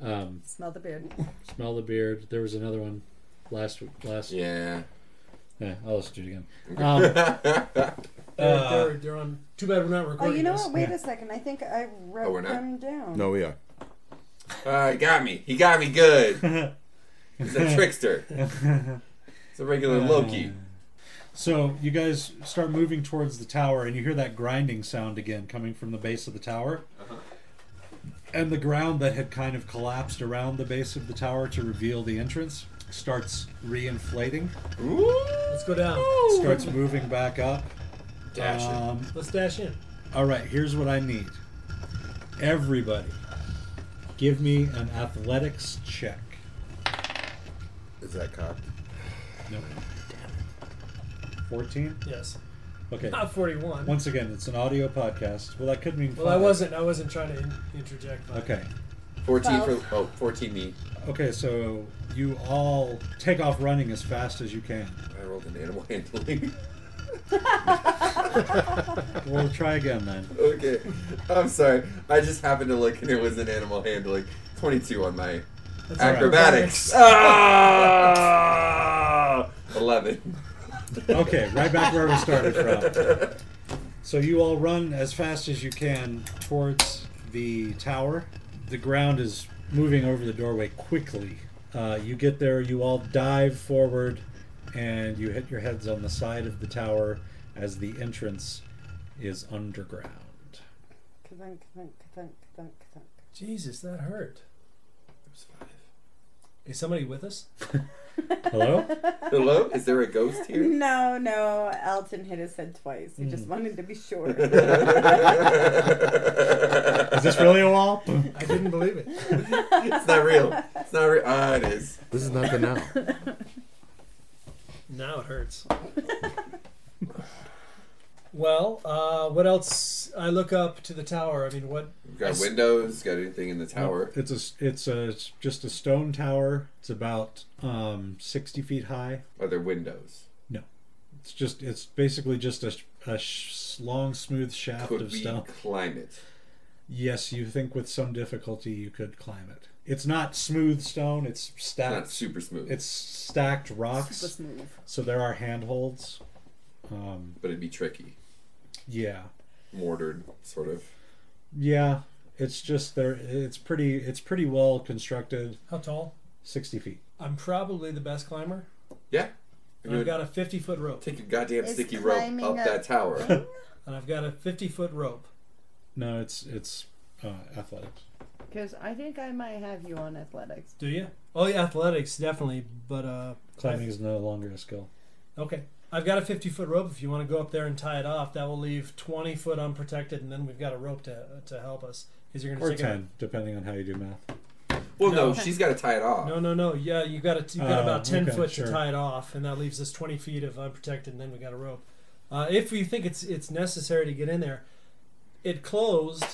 Speaker 2: Um,
Speaker 6: Smell the beard.
Speaker 2: smell the beard. There was another one last week. Last yeah,
Speaker 3: Yeah.
Speaker 2: I'll just do it again. Um,
Speaker 4: They're,
Speaker 5: Uh.
Speaker 4: they're, they're on. Too bad we're not
Speaker 6: Oh,
Speaker 4: recording.
Speaker 6: you know
Speaker 4: this.
Speaker 6: what? Wait
Speaker 2: yeah.
Speaker 6: a second. I think I wrote
Speaker 3: Oh, we're not?
Speaker 6: them down.
Speaker 5: No, we are.
Speaker 3: Uh, he got me. He got me good. He's a trickster. He's a regular Loki.
Speaker 2: So you guys start moving towards the tower, and you hear that grinding sound again coming from the base of the tower. And the ground that had kind of collapsed around the base of the tower to reveal the entrance starts reinflating,
Speaker 4: Let's go down.
Speaker 2: starts moving back up.
Speaker 3: Dash it.
Speaker 2: Um,
Speaker 4: Let's dash in.
Speaker 2: all right, here's what I need. Everybody, give me an athletics check.
Speaker 5: Is that cocked?
Speaker 2: No. 14?
Speaker 4: Yes.
Speaker 2: Okay.
Speaker 4: Not 41.
Speaker 2: Once again, it's an audio podcast. Well, that could mean.
Speaker 4: well, I
Speaker 2: five.
Speaker 4: wasn't. I wasn't trying to in, interject. but-
Speaker 2: Okay.
Speaker 3: 14 for oh, 14 me.
Speaker 2: Okay, so you all take off running as fast as you can.
Speaker 3: I rolled an animal handling.
Speaker 2: We'll try again then.
Speaker 3: okay. I'm sorry. I just happened to look and it was an animal handling. 22 on my acrobatics. Ah! 11.
Speaker 2: Okay, right back where we started from. So you all run as fast as you can towards the tower. The ground is moving over the doorway quickly. Uh, you get there, you all dive forward, and you hit your heads on the side of the tower as the entrance is underground.
Speaker 6: Ka-thunk, ka-thunk, ka-thunk, ka-thunk, ka-thunk.
Speaker 4: Jesus, that hurt. Is somebody with us?
Speaker 2: Hello?
Speaker 3: Hello? Is there a ghost here?
Speaker 6: No, no. Elton hit his head twice. He just wanted to be sure.
Speaker 2: Is this really a wall?
Speaker 4: I didn't believe it.
Speaker 3: It's not real. It's not real. Ah, it is.
Speaker 5: This is not the now.
Speaker 4: Now it hurts. well, uh, what else? I look up to the tower. I mean, what?
Speaker 3: We've got windows. Got anything in the tower?
Speaker 2: It's a s- it's a it's just a stone tower. It's about um, sixty feet high.
Speaker 3: Are there windows?
Speaker 2: No. It's just it's basically just a, a sh- long smooth shaft
Speaker 3: Could
Speaker 2: of
Speaker 3: we
Speaker 2: stone.
Speaker 3: climb it?
Speaker 2: Yes, you think with some difficulty you could climb it. It's not smooth stone. It's
Speaker 3: It's
Speaker 2: stacked.
Speaker 3: Not super smooth,
Speaker 2: It's stacked rocks,
Speaker 6: Super smooth.
Speaker 2: so there are handholds. Um,
Speaker 3: but it'd be tricky.
Speaker 2: yeah,
Speaker 3: Mortared, sort of.
Speaker 2: yeah. It's just there. It's pretty. It's pretty well constructed.
Speaker 4: How tall?
Speaker 2: Sixty feet.
Speaker 4: I'm probably the best climber.
Speaker 3: Yeah.
Speaker 4: And I've got a 50 foot rope.
Speaker 3: Take a goddamn
Speaker 6: Is
Speaker 3: sticky rope
Speaker 6: climbing
Speaker 3: up
Speaker 6: a-
Speaker 3: that tower.
Speaker 4: And I've got a 50 foot rope.
Speaker 2: No, it's it's uh, athletics.
Speaker 6: Because I think I might have you on athletics.
Speaker 4: Do you? Oh, yeah, athletics, definitely. But, uh,
Speaker 2: Climbing is no longer a skill.
Speaker 4: okay. I've got a 50 foot rope. If you want to go up there and tie it off, that will leave 20 foot unprotected, and then we've got a rope to, to help us. Because you're going
Speaker 2: Or
Speaker 4: to take it.
Speaker 2: ten, depending on how you do math.
Speaker 3: well, no,
Speaker 4: No.
Speaker 3: she's got to tie it off.
Speaker 4: No, no, no. Yeah, you've got, a, you've got
Speaker 2: Oh,
Speaker 4: about 10
Speaker 2: okay,
Speaker 4: foot
Speaker 2: sure.
Speaker 4: to tie it off, and that leaves us 20 feet of unprotected, and then we got a rope. Uh, if you think it's it's necessary to get in there, it closed.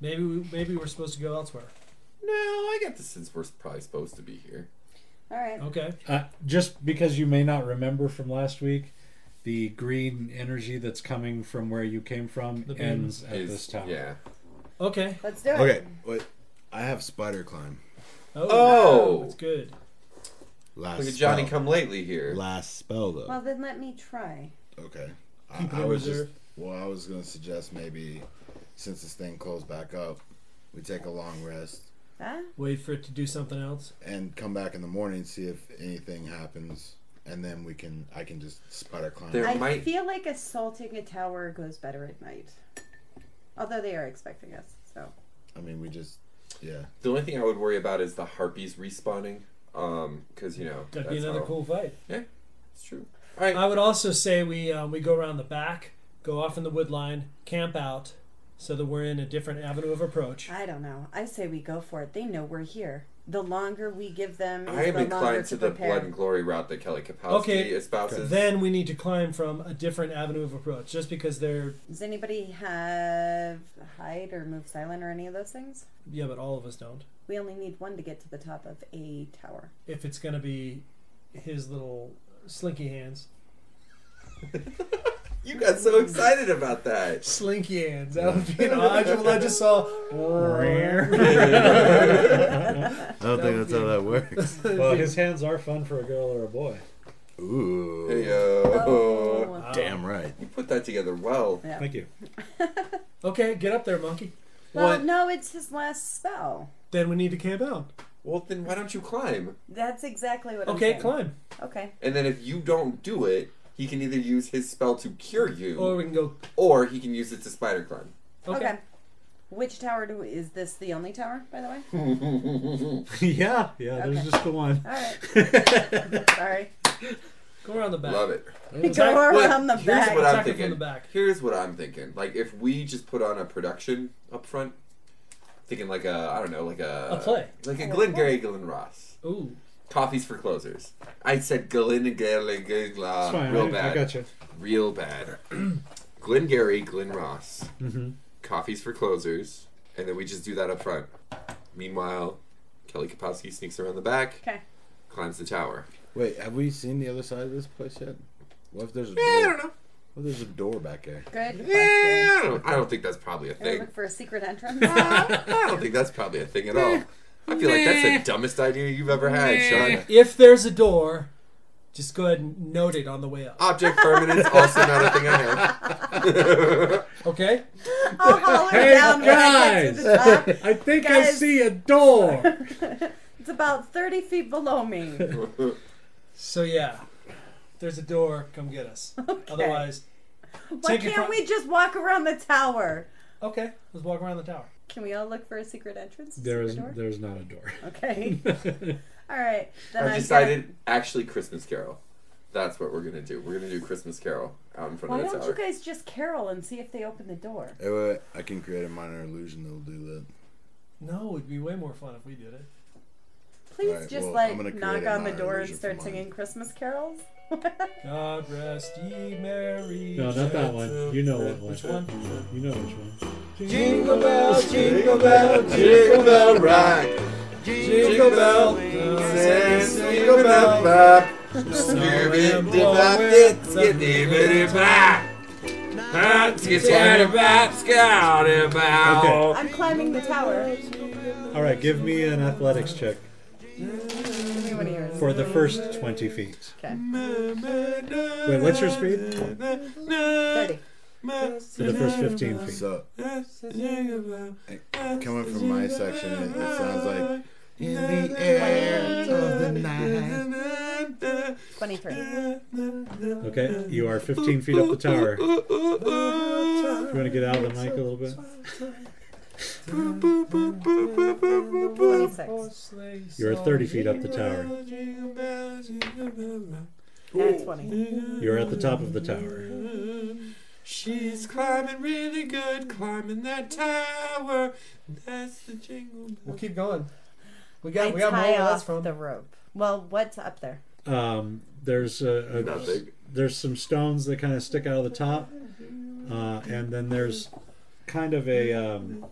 Speaker 4: Maybe we, maybe we're supposed to go elsewhere.
Speaker 3: No, I got this since we're probably supposed to be here.
Speaker 7: All right.
Speaker 4: Okay.
Speaker 2: Uh, just because you may not remember from last week, the green energy that's coming from where you came from
Speaker 4: The beam
Speaker 2: ends at
Speaker 3: Is-
Speaker 2: this tower.
Speaker 3: Yeah.
Speaker 4: Okay.
Speaker 6: Let's do it.
Speaker 5: Okay, wait. I have spider climb.
Speaker 4: Oh,
Speaker 3: Oh!
Speaker 4: that's good.
Speaker 5: Last
Speaker 3: Look at Johnny
Speaker 5: spell.
Speaker 3: come lately here.
Speaker 5: Last spell though.
Speaker 7: Well, then let me try.
Speaker 5: Okay.
Speaker 4: Keep it
Speaker 5: I, I
Speaker 4: in
Speaker 5: was just,
Speaker 4: reserve.
Speaker 5: well, I was gonna suggest maybe since this thing closed back up, we take a long rest
Speaker 6: Huh?
Speaker 4: Wait for it to do something else.
Speaker 5: and come back in the morning see if anything happens, and then we can I can just spider climb.
Speaker 3: There-
Speaker 7: I
Speaker 3: might-
Speaker 7: feel like assaulting a tower goes better at night. Although they are expecting us, so.
Speaker 5: I mean, we just yeah.
Speaker 3: The only thing I would worry about is the harpies respawning. Um, because you know
Speaker 4: That'd be
Speaker 3: that's
Speaker 4: another
Speaker 3: how-
Speaker 4: cool Uh, fight.
Speaker 3: It's true. All right.
Speaker 4: I would also say we uh, we go around the back, go off in the wood line, camp out, so that we're in a different avenue of approach.
Speaker 7: I don't know. I say we go for it. They know we're here.
Speaker 6: The longer we give them,
Speaker 3: I
Speaker 6: is
Speaker 3: am
Speaker 6: the longer
Speaker 3: inclined
Speaker 6: to,
Speaker 3: to the
Speaker 6: prepare.
Speaker 3: blood and glory route that Kelly Kapowski
Speaker 4: Okay.
Speaker 3: espouses.
Speaker 4: Then we need to climb from a different avenue of approach, just because they're
Speaker 6: Does anybody have hide or move silent or any of those things?
Speaker 4: yeah, but all of us don't.
Speaker 6: We only need one to get to the top of a tower.
Speaker 4: If it's gonna be his little slinky hands,
Speaker 3: you got so excited about that.
Speaker 4: slinky hands. That would be an odd. I just saw.
Speaker 5: I don't think that's how that works.
Speaker 2: Well, his hands are fun for a girl or a boy.
Speaker 5: Ooh.
Speaker 3: Hey,
Speaker 6: Oh.
Speaker 3: yo.
Speaker 5: Damn right.
Speaker 3: You put that together well.
Speaker 6: Yeah.
Speaker 2: Thank you.
Speaker 4: Okay, get up there, monkey.
Speaker 6: Well,
Speaker 3: What?
Speaker 6: no, it's his last spell.
Speaker 4: Then we need to camp out.
Speaker 3: Well, then why don't you climb?
Speaker 6: That's exactly what. I'm
Speaker 4: Okay,
Speaker 6: saying.
Speaker 4: climb.
Speaker 6: Okay.
Speaker 3: And then if you don't do it, he can either use his spell to cure you,
Speaker 4: Or
Speaker 3: or,
Speaker 4: we can go.
Speaker 3: he can use it to spider climb.
Speaker 6: okay.
Speaker 4: Okay.
Speaker 6: Which tower do we, is this? The only tower, by the way.
Speaker 2: yeah, yeah. There's
Speaker 6: Okay.
Speaker 2: just the one.
Speaker 6: All right. Sorry.
Speaker 4: Go around the back.
Speaker 3: Love it.
Speaker 6: Go
Speaker 3: But
Speaker 6: around the
Speaker 3: here's
Speaker 6: back.
Speaker 3: what I'm
Speaker 4: Attack it from
Speaker 3: thinking.
Speaker 4: the back.
Speaker 3: Here's what I'm thinking. Like if we just put on a production up front, thinking like a I don't know, like a
Speaker 4: A play.
Speaker 3: like a Glenn Gary Glenn Ross.
Speaker 4: Ooh.
Speaker 3: Coffees for closers. I said Glenn Gary Glenn
Speaker 2: It's fine.
Speaker 3: real
Speaker 2: I,
Speaker 3: bad,
Speaker 2: I got you.
Speaker 3: real bad. Glenn Gary Glenn Ross. Coffees for closers, and then we just do that up front. Meanwhile, Kelly Kapowski sneaks around the back,
Speaker 6: Okay.
Speaker 3: climbs the tower.
Speaker 5: Wait, have we seen the other side of this place yet? What if there's a door?
Speaker 3: Yeah, I don't know.
Speaker 5: What if there's a door back there?
Speaker 6: Good.
Speaker 3: Yeah,
Speaker 6: question.
Speaker 3: I don't, I don't think that's probably a
Speaker 6: Gonna
Speaker 3: thing.
Speaker 6: Look for a secret entrance.
Speaker 3: I don't think that's probably a thing at all. I feel like that's the dumbest idea you've ever had, Sean.
Speaker 4: If there's a door, just go ahead and note it on the way up.
Speaker 3: Object permanence also not a thing I know.
Speaker 4: Okay?
Speaker 6: I'll holler
Speaker 2: Hey,
Speaker 6: down when I get to the top.
Speaker 2: I think I
Speaker 6: Guys.
Speaker 2: see a door.
Speaker 6: It's about thirty feet below me.
Speaker 4: So, yeah. If there's a door, come get us. Otherwise,
Speaker 6: Why
Speaker 4: Take a
Speaker 6: can't
Speaker 4: cro-
Speaker 6: we just walk around the tower?
Speaker 4: okay, let's walk around the tower.
Speaker 6: Can we all look for a secret entrance?
Speaker 2: there
Speaker 6: Secret
Speaker 2: is
Speaker 6: door?
Speaker 2: there's not a door.
Speaker 6: Okay. all right. Then
Speaker 3: I've
Speaker 6: I'm
Speaker 3: decided actually Christmas Carol. That's what we're gonna do. We're gonna do Christmas Carol out in front
Speaker 6: Gonna, why
Speaker 3: of the
Speaker 6: don't you
Speaker 3: tower.
Speaker 6: guys just carol and see if they open the door?
Speaker 5: Hey, wait, I can create a minor illusion that'll do that.
Speaker 4: No, it'd be way more fun if we did it.
Speaker 6: Please
Speaker 5: Alright,
Speaker 6: just
Speaker 5: well, I'm gonna
Speaker 6: like
Speaker 5: create
Speaker 6: knock
Speaker 5: a
Speaker 6: on the
Speaker 5: minor
Speaker 6: door and
Speaker 5: illusion
Speaker 6: start
Speaker 5: for mine.
Speaker 6: singing Christmas carols.
Speaker 4: God rest ye merry.
Speaker 2: No, not that one.
Speaker 4: gentlemen.
Speaker 2: You know what one.
Speaker 4: Which one?
Speaker 2: You know which one.
Speaker 4: Jingle bell, Oh, jingle bell,
Speaker 3: Jingle bell rock,
Speaker 4: jingle bell.
Speaker 3: jingle bell rock. Okay.
Speaker 6: I'm climbing the tower.
Speaker 2: All right, give me an athletics check
Speaker 6: Give me one of yours.
Speaker 2: for the first 20 feet.
Speaker 6: Okay.
Speaker 2: Wait, what's your speed?
Speaker 6: 30.
Speaker 2: For the first 15 feet.
Speaker 5: So, coming from my section, it, it sounds like in the air of the night.
Speaker 6: 23.
Speaker 2: Okay, you are 15 feet up the tower. You want to get out of the mic a little bit?
Speaker 6: 26.
Speaker 2: You are 30 feet up the tower.
Speaker 6: And 20.
Speaker 2: You're at the top of the tower.
Speaker 3: She's climbing really good, climbing that tower. That's the jingle.
Speaker 4: We'll keep going. We
Speaker 6: I
Speaker 4: got we got more
Speaker 6: tie
Speaker 4: where that's
Speaker 6: off
Speaker 4: from.
Speaker 6: the rope. Well, what's up there?
Speaker 2: Um, there's a, a
Speaker 3: Nothing.
Speaker 2: there's some stones that kind of stick out of the top, uh, and then there's kind of a um,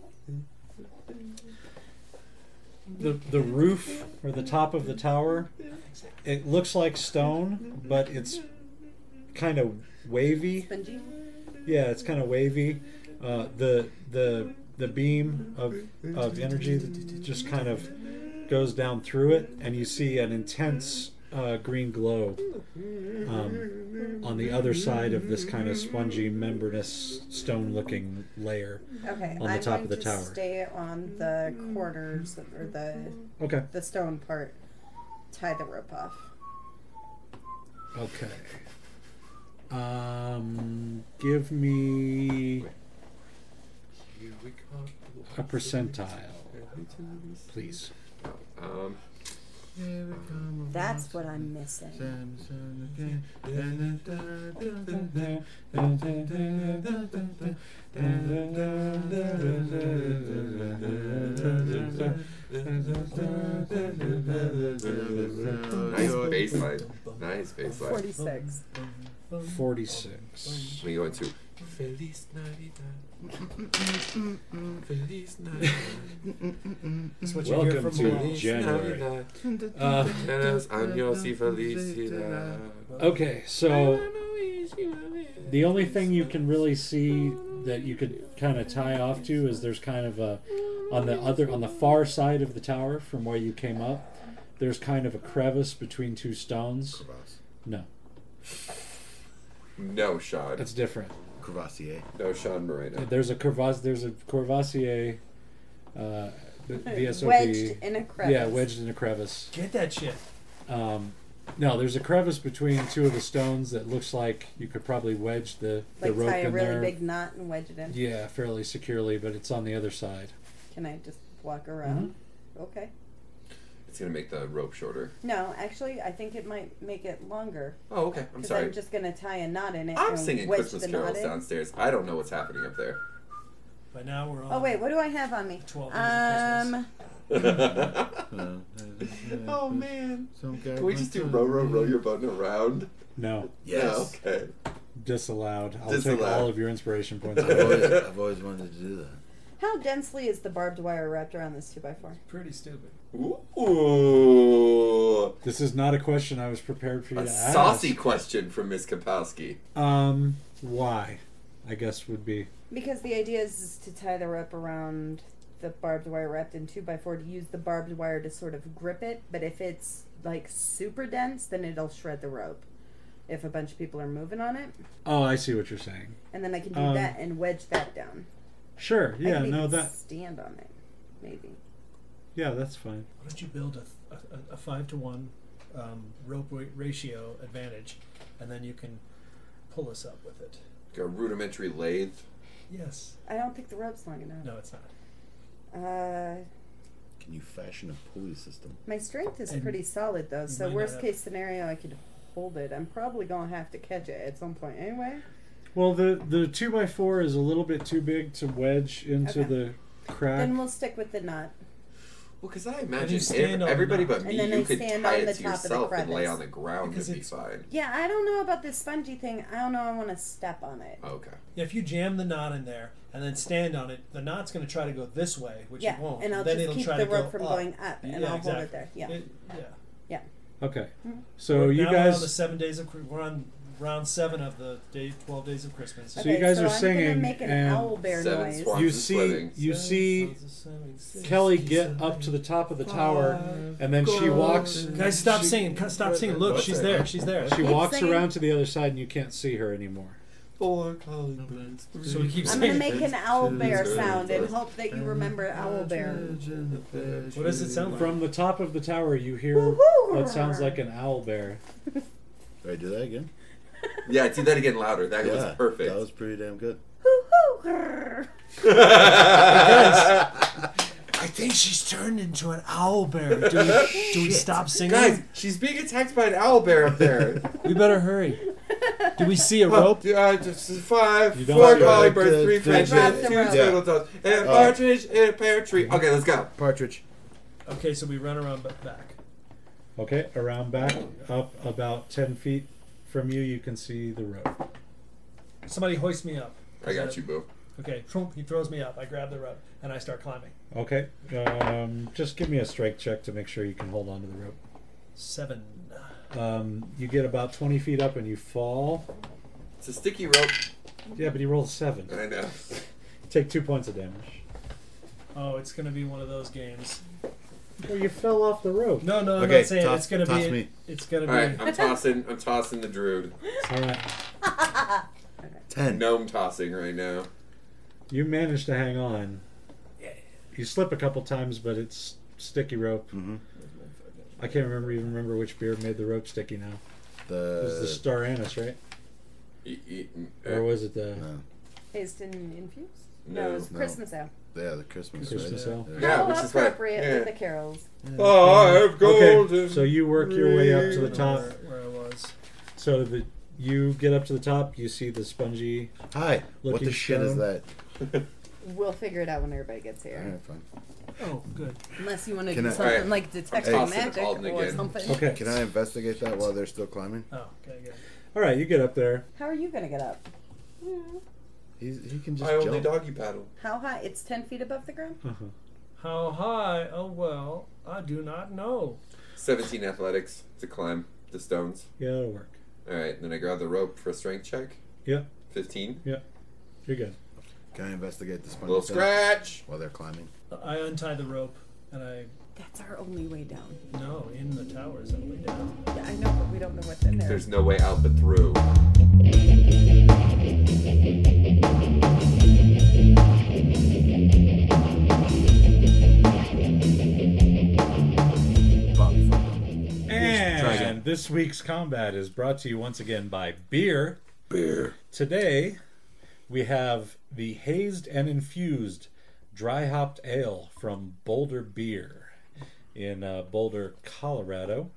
Speaker 2: the the roof or the top of the tower. It looks like stone, but it's kind of wavy.
Speaker 7: Spongy.
Speaker 2: Yeah, it's kind of wavy. Uh, the the the beam of of energy that just kind of goes down through it, and you see an intense uh, green glow um, on the other side of this kind of spongy, membranous, stone-looking layer.
Speaker 6: Okay.
Speaker 2: On the
Speaker 6: I'm
Speaker 2: top of the
Speaker 6: going to
Speaker 2: tower.
Speaker 6: Stay on the quarters or the
Speaker 2: Okay.
Speaker 6: the stone part. Tie the rope off.
Speaker 2: Okay. Um, give me a percentile, please.
Speaker 3: Um,
Speaker 6: That's what I'm missing.
Speaker 3: nice bass line. Nice bass line.
Speaker 6: 46.
Speaker 2: Forty-six.
Speaker 3: We go into Feliz Navidad. Feliz Navidad.
Speaker 4: That's what you hear
Speaker 2: Welcome
Speaker 4: from
Speaker 2: to
Speaker 4: Malone.
Speaker 2: January. Uh,
Speaker 3: Feliz Años y Felicidad.
Speaker 2: okay, so the only thing you can really see that you could kind of tie off to is there's kind of a on the other on the far side of the tower from where you came up. There's kind of a crevice between two stones. No,
Speaker 3: No, Sean.
Speaker 2: that's different.
Speaker 5: Crevassier.
Speaker 3: No, Sean Moreno.
Speaker 2: There's a crevasse. There's a Corvassier. Uh, the, the SOP.
Speaker 6: oh, Wedged in a crevice.
Speaker 2: Yeah, wedged in a crevice.
Speaker 4: Get that shit.
Speaker 2: Um, no, there's a crevice between two of the stones that looks like you could probably wedge the, the
Speaker 6: Like
Speaker 2: rope
Speaker 6: tie a
Speaker 2: in
Speaker 6: really
Speaker 2: there.
Speaker 6: big knot and wedge it in.
Speaker 2: Yeah, fairly securely, but it's on the other side.
Speaker 6: Can I just walk around?
Speaker 2: Mm-hmm.
Speaker 6: Okay.
Speaker 3: It's gonna make the rope shorter.
Speaker 6: No, actually, I think it might make it longer.
Speaker 3: Oh, okay. I'm
Speaker 6: Because
Speaker 3: sorry.
Speaker 6: I'm just going to tie a knot in it.
Speaker 3: I'm
Speaker 6: and
Speaker 3: singing
Speaker 6: wedge
Speaker 3: Christmas
Speaker 6: the knot
Speaker 3: carols
Speaker 6: in.
Speaker 3: downstairs. I don't know what's happening up there.
Speaker 4: By now we're on.
Speaker 6: Oh, wait, what do I have on me?
Speaker 4: 12 minutes of
Speaker 6: Um,
Speaker 3: oh man.
Speaker 5: Some guy
Speaker 3: Can we just do row, row, row your boat around?
Speaker 2: No,
Speaker 5: Yes.
Speaker 3: Yeah, okay.
Speaker 2: disallowed. I'll take
Speaker 3: Disallowed.
Speaker 2: all of your inspiration points.
Speaker 5: I've, always, I've always wanted to do that.
Speaker 6: how densely is the barbed wire wrapped around this 2x4?
Speaker 4: Pretty stupid.
Speaker 3: Ooh.
Speaker 2: this is not a question I was prepared for you
Speaker 3: A
Speaker 2: to ask.
Speaker 3: saucy question from Miss Kapowski.
Speaker 2: Um, why? I guess would be
Speaker 6: Because the idea is, is to tie the rope around the barbed wire wrapped in 2x4 to use the barbed wire to sort of grip it, but if it's like super dense, then it'll shred the rope if a bunch of people are moving on it.
Speaker 2: Oh, I see what you're saying.
Speaker 6: And then I can do
Speaker 2: Um,
Speaker 6: that and wedge that down.
Speaker 2: Sure.
Speaker 6: I
Speaker 2: Yeah,
Speaker 6: can
Speaker 2: no
Speaker 6: even
Speaker 2: that
Speaker 6: stand on it, maybe.
Speaker 2: yeah, that's fine.
Speaker 4: Why don't you build a, a, a five to one um, rope wa- ratio advantage, and then you can pull us up with it.
Speaker 3: Like a rudimentary lathe.
Speaker 4: Yes.
Speaker 6: I don't think the rope's long enough.
Speaker 4: No, it's not.
Speaker 6: Uh,
Speaker 5: Can you fashion a pulley system?
Speaker 6: my strength is
Speaker 4: And
Speaker 6: pretty solid though, so
Speaker 4: might not
Speaker 6: worst
Speaker 4: have-
Speaker 6: case scenario, I could hold it. I'm probably gonna have to catch it at some point anyway.
Speaker 2: Well, the the two by four is a little bit too big to wedge into
Speaker 6: Okay.
Speaker 2: the crack.
Speaker 6: Then we'll stick with the knot.
Speaker 3: Well, because I imagine
Speaker 4: stand
Speaker 3: ev-
Speaker 4: on
Speaker 3: everybody
Speaker 4: that.
Speaker 3: but me,
Speaker 6: And then
Speaker 3: you
Speaker 6: I
Speaker 3: could
Speaker 6: stand
Speaker 3: tie
Speaker 6: on the
Speaker 3: it to
Speaker 6: top of the
Speaker 3: yourself and lay
Speaker 6: crevice.
Speaker 3: on the ground
Speaker 4: Because
Speaker 3: and be
Speaker 4: it's-
Speaker 3: fine.
Speaker 6: Yeah, I don't know about this spongy thing. I don't know. I want to step on it.
Speaker 3: Oh, Okay.
Speaker 4: If you jam the knot in there and then stand on it, the knot's going to try to go this way, which
Speaker 6: yeah,
Speaker 4: it won't.
Speaker 6: and I'll
Speaker 4: then
Speaker 6: just
Speaker 4: it'll
Speaker 6: keep
Speaker 4: try
Speaker 6: the
Speaker 4: to go
Speaker 6: rope from
Speaker 4: up.
Speaker 6: going up, and
Speaker 4: yeah,
Speaker 6: I'll
Speaker 4: exactly.
Speaker 6: hold it there. Yeah,
Speaker 4: It- yeah.
Speaker 2: Okay. So
Speaker 6: Mm-hmm.
Speaker 4: We're
Speaker 2: you
Speaker 4: now on the
Speaker 2: guys.
Speaker 4: seven days of Chri- we're on round seven of the day twelve days of Christmas.
Speaker 2: So you guys are
Speaker 6: I'm gonna
Speaker 2: singing
Speaker 6: Make an
Speaker 2: and
Speaker 6: owl bear
Speaker 3: Seven
Speaker 6: noise.
Speaker 3: swans
Speaker 2: You
Speaker 3: and
Speaker 2: see,
Speaker 3: splittings.
Speaker 2: you
Speaker 4: Seven
Speaker 2: see
Speaker 4: sons of seven, six
Speaker 2: Kelly
Speaker 4: keys
Speaker 2: get
Speaker 4: of
Speaker 2: up to the top of the
Speaker 4: five.
Speaker 2: tower, and then she walks.
Speaker 4: Guys, stop
Speaker 2: she-
Speaker 4: singing! Cut- Stop singing! Look, she's there. She's there.
Speaker 2: She
Speaker 6: Keep
Speaker 2: walks
Speaker 6: singing.
Speaker 2: around to the other side, and you can't see her anymore.
Speaker 8: Four calling birds. Three
Speaker 4: So we keep
Speaker 6: I'm gonna
Speaker 4: saying.
Speaker 6: make an owl bear
Speaker 3: Two,
Speaker 6: sound and
Speaker 3: three,
Speaker 6: hope that you remember owl bear.
Speaker 4: What does it sound like?
Speaker 2: From the top of the tower, you hear
Speaker 6: Woohoo!
Speaker 2: what sounds like an owl bear.
Speaker 5: Did I do that again?
Speaker 3: Yeah, do that again louder. That
Speaker 5: yeah,
Speaker 3: was perfect.
Speaker 5: That was pretty damn good.
Speaker 4: I think she's turned into an owl bear. Do we, do we stop singing?
Speaker 3: Guys, she's being attacked by an owl bear up there.
Speaker 4: we better hurry. Do we see a
Speaker 3: Oh,
Speaker 4: rope?
Speaker 3: d- uh, just five,
Speaker 2: You don't
Speaker 3: four
Speaker 2: see it.
Speaker 3: calling birds, three
Speaker 5: Yeah.
Speaker 3: finches,
Speaker 6: dropped
Speaker 3: two
Speaker 6: the rope.
Speaker 3: turtle doves, and a
Speaker 5: Oh.
Speaker 3: partridge in a pear tree. Okay, let's go.
Speaker 5: Partridge.
Speaker 4: Okay, so we run around but back.
Speaker 2: Okay, around back, up about ten feet from you, you can see the rope.
Speaker 4: Somebody hoist me up.
Speaker 3: I got you, boo.
Speaker 4: Okay, he throws me up. I grab the rope and I start climbing.
Speaker 2: Okay, um, just give me a strength check to make sure you can hold on to the rope.
Speaker 4: Seven.
Speaker 2: Um, you get about 20 feet up and you fall.
Speaker 3: It's a sticky rope.
Speaker 2: Yeah, but you rolled a seven.
Speaker 3: I know.
Speaker 2: Take two points of damage.
Speaker 4: Oh, it's gonna be one of those games.
Speaker 2: Well, you fell off the rope.
Speaker 4: No, no, I'm
Speaker 5: Okay,
Speaker 4: not saying
Speaker 5: toss-
Speaker 4: it's gonna
Speaker 5: toss
Speaker 4: be.
Speaker 5: me.
Speaker 4: It's gonna
Speaker 3: All right,
Speaker 4: be.
Speaker 3: I'm tossing. I'm tossing the druid.
Speaker 2: All right.
Speaker 5: Ten.
Speaker 3: Gnome tossing right now.
Speaker 2: You managed to hang on. You slip a couple times, but it's sticky rope.
Speaker 5: Mhm.
Speaker 2: I can't remember even remember which beer made the rope sticky now. It was the
Speaker 5: The
Speaker 2: Star Anise, right?
Speaker 3: E- e-
Speaker 2: or
Speaker 3: uh,
Speaker 2: was it the.
Speaker 5: no,
Speaker 6: Taste and infuse?
Speaker 3: No,
Speaker 6: No, it's
Speaker 5: no.
Speaker 6: Christmas ale.
Speaker 5: yeah, the Christmas.
Speaker 2: Christmas
Speaker 5: right?
Speaker 2: ale.
Speaker 5: Yeah.
Speaker 3: Yeah,
Speaker 6: How
Speaker 3: which is right.
Speaker 6: appropriate
Speaker 3: Yeah.
Speaker 6: for the carols.
Speaker 3: Oh, I've
Speaker 2: Okay, so you work your way up to the
Speaker 4: I don't know
Speaker 2: top.
Speaker 4: Where, where I was.
Speaker 2: So that you get up to the top, you see the spongy.
Speaker 5: Hi. what
Speaker 2: Looking
Speaker 5: the shit is
Speaker 2: stone.
Speaker 5: that?
Speaker 6: We'll figure it out when everybody gets here.
Speaker 5: All right, fine.
Speaker 4: Oh, good.
Speaker 6: Unless you want to
Speaker 5: Can
Speaker 6: do
Speaker 5: I-
Speaker 6: something
Speaker 3: Alright.
Speaker 6: like detect
Speaker 3: I'm tossing
Speaker 6: magic or
Speaker 3: Alden again.
Speaker 6: something.
Speaker 2: Okay.
Speaker 5: Can I investigate that while they're still climbing?
Speaker 4: Oh, okay, good.
Speaker 2: All right, you get up there.
Speaker 6: How are you gonna get up?
Speaker 5: He's, he can just
Speaker 3: I only
Speaker 5: jump.
Speaker 3: doggy paddle.
Speaker 6: How high? It's ten feet above the ground.
Speaker 4: How high? Oh well, I do not know.
Speaker 3: 17 athletics to climb the stones.
Speaker 2: Yeah, that'll work.
Speaker 3: All right, then I grab the rope for a strength check.
Speaker 2: Yeah,
Speaker 3: 15.
Speaker 2: you're good.
Speaker 5: Can I investigate the sponge
Speaker 3: Little
Speaker 5: attack
Speaker 3: scratch.
Speaker 5: while they're climbing?
Speaker 4: I untie the rope and I
Speaker 6: That's our only way down.
Speaker 4: no in the towers all the way down.
Speaker 6: Yeah, I know, but we don't know what's in there.
Speaker 3: There's no way out but through.
Speaker 2: And this week's combat is brought to you once again by beer.
Speaker 5: Beer.
Speaker 2: Today, we have the hazed and infused dry hopped ale from Boulder Beer in uh, Boulder, Colorado,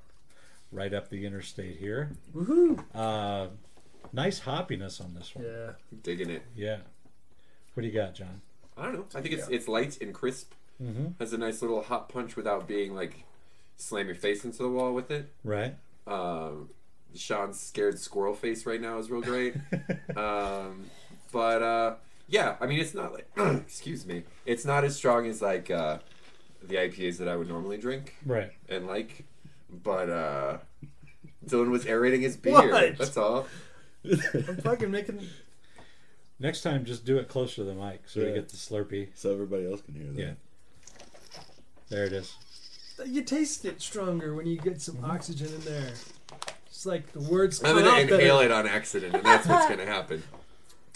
Speaker 2: right up the interstate here.
Speaker 4: Woohoo!
Speaker 2: Uh, nice hoppiness on this one. Yeah.
Speaker 4: Yeah.
Speaker 3: Digging it.
Speaker 2: What do you got, John?
Speaker 3: I don't know. I think it's it's light and crisp.
Speaker 2: Mm-hmm.
Speaker 3: Has a nice little hot punch without being like slam your face into the wall with it.
Speaker 2: Right?
Speaker 3: Um, Sean's scared squirrel face right now is real great. um, but uh, yeah, I mean it's not like excuse me, it's not as strong as like uh, the IPAs that I would normally drink
Speaker 2: Right.
Speaker 3: and like, but uh, Dylan was aerating his beer.
Speaker 4: What?
Speaker 3: That's all.
Speaker 4: I'm fucking making.
Speaker 2: Next time, just do it closer to the mic so we
Speaker 5: Yeah.
Speaker 2: get the slurpee.
Speaker 5: So everybody else can hear that.
Speaker 2: Yeah. There it is.
Speaker 4: You taste it stronger when you get some
Speaker 2: Mm-hmm.
Speaker 4: oxygen in there. It's like the words
Speaker 3: I'm
Speaker 4: come
Speaker 3: gonna
Speaker 4: out better.
Speaker 3: inhale it on accident, and that's what's gonna happen.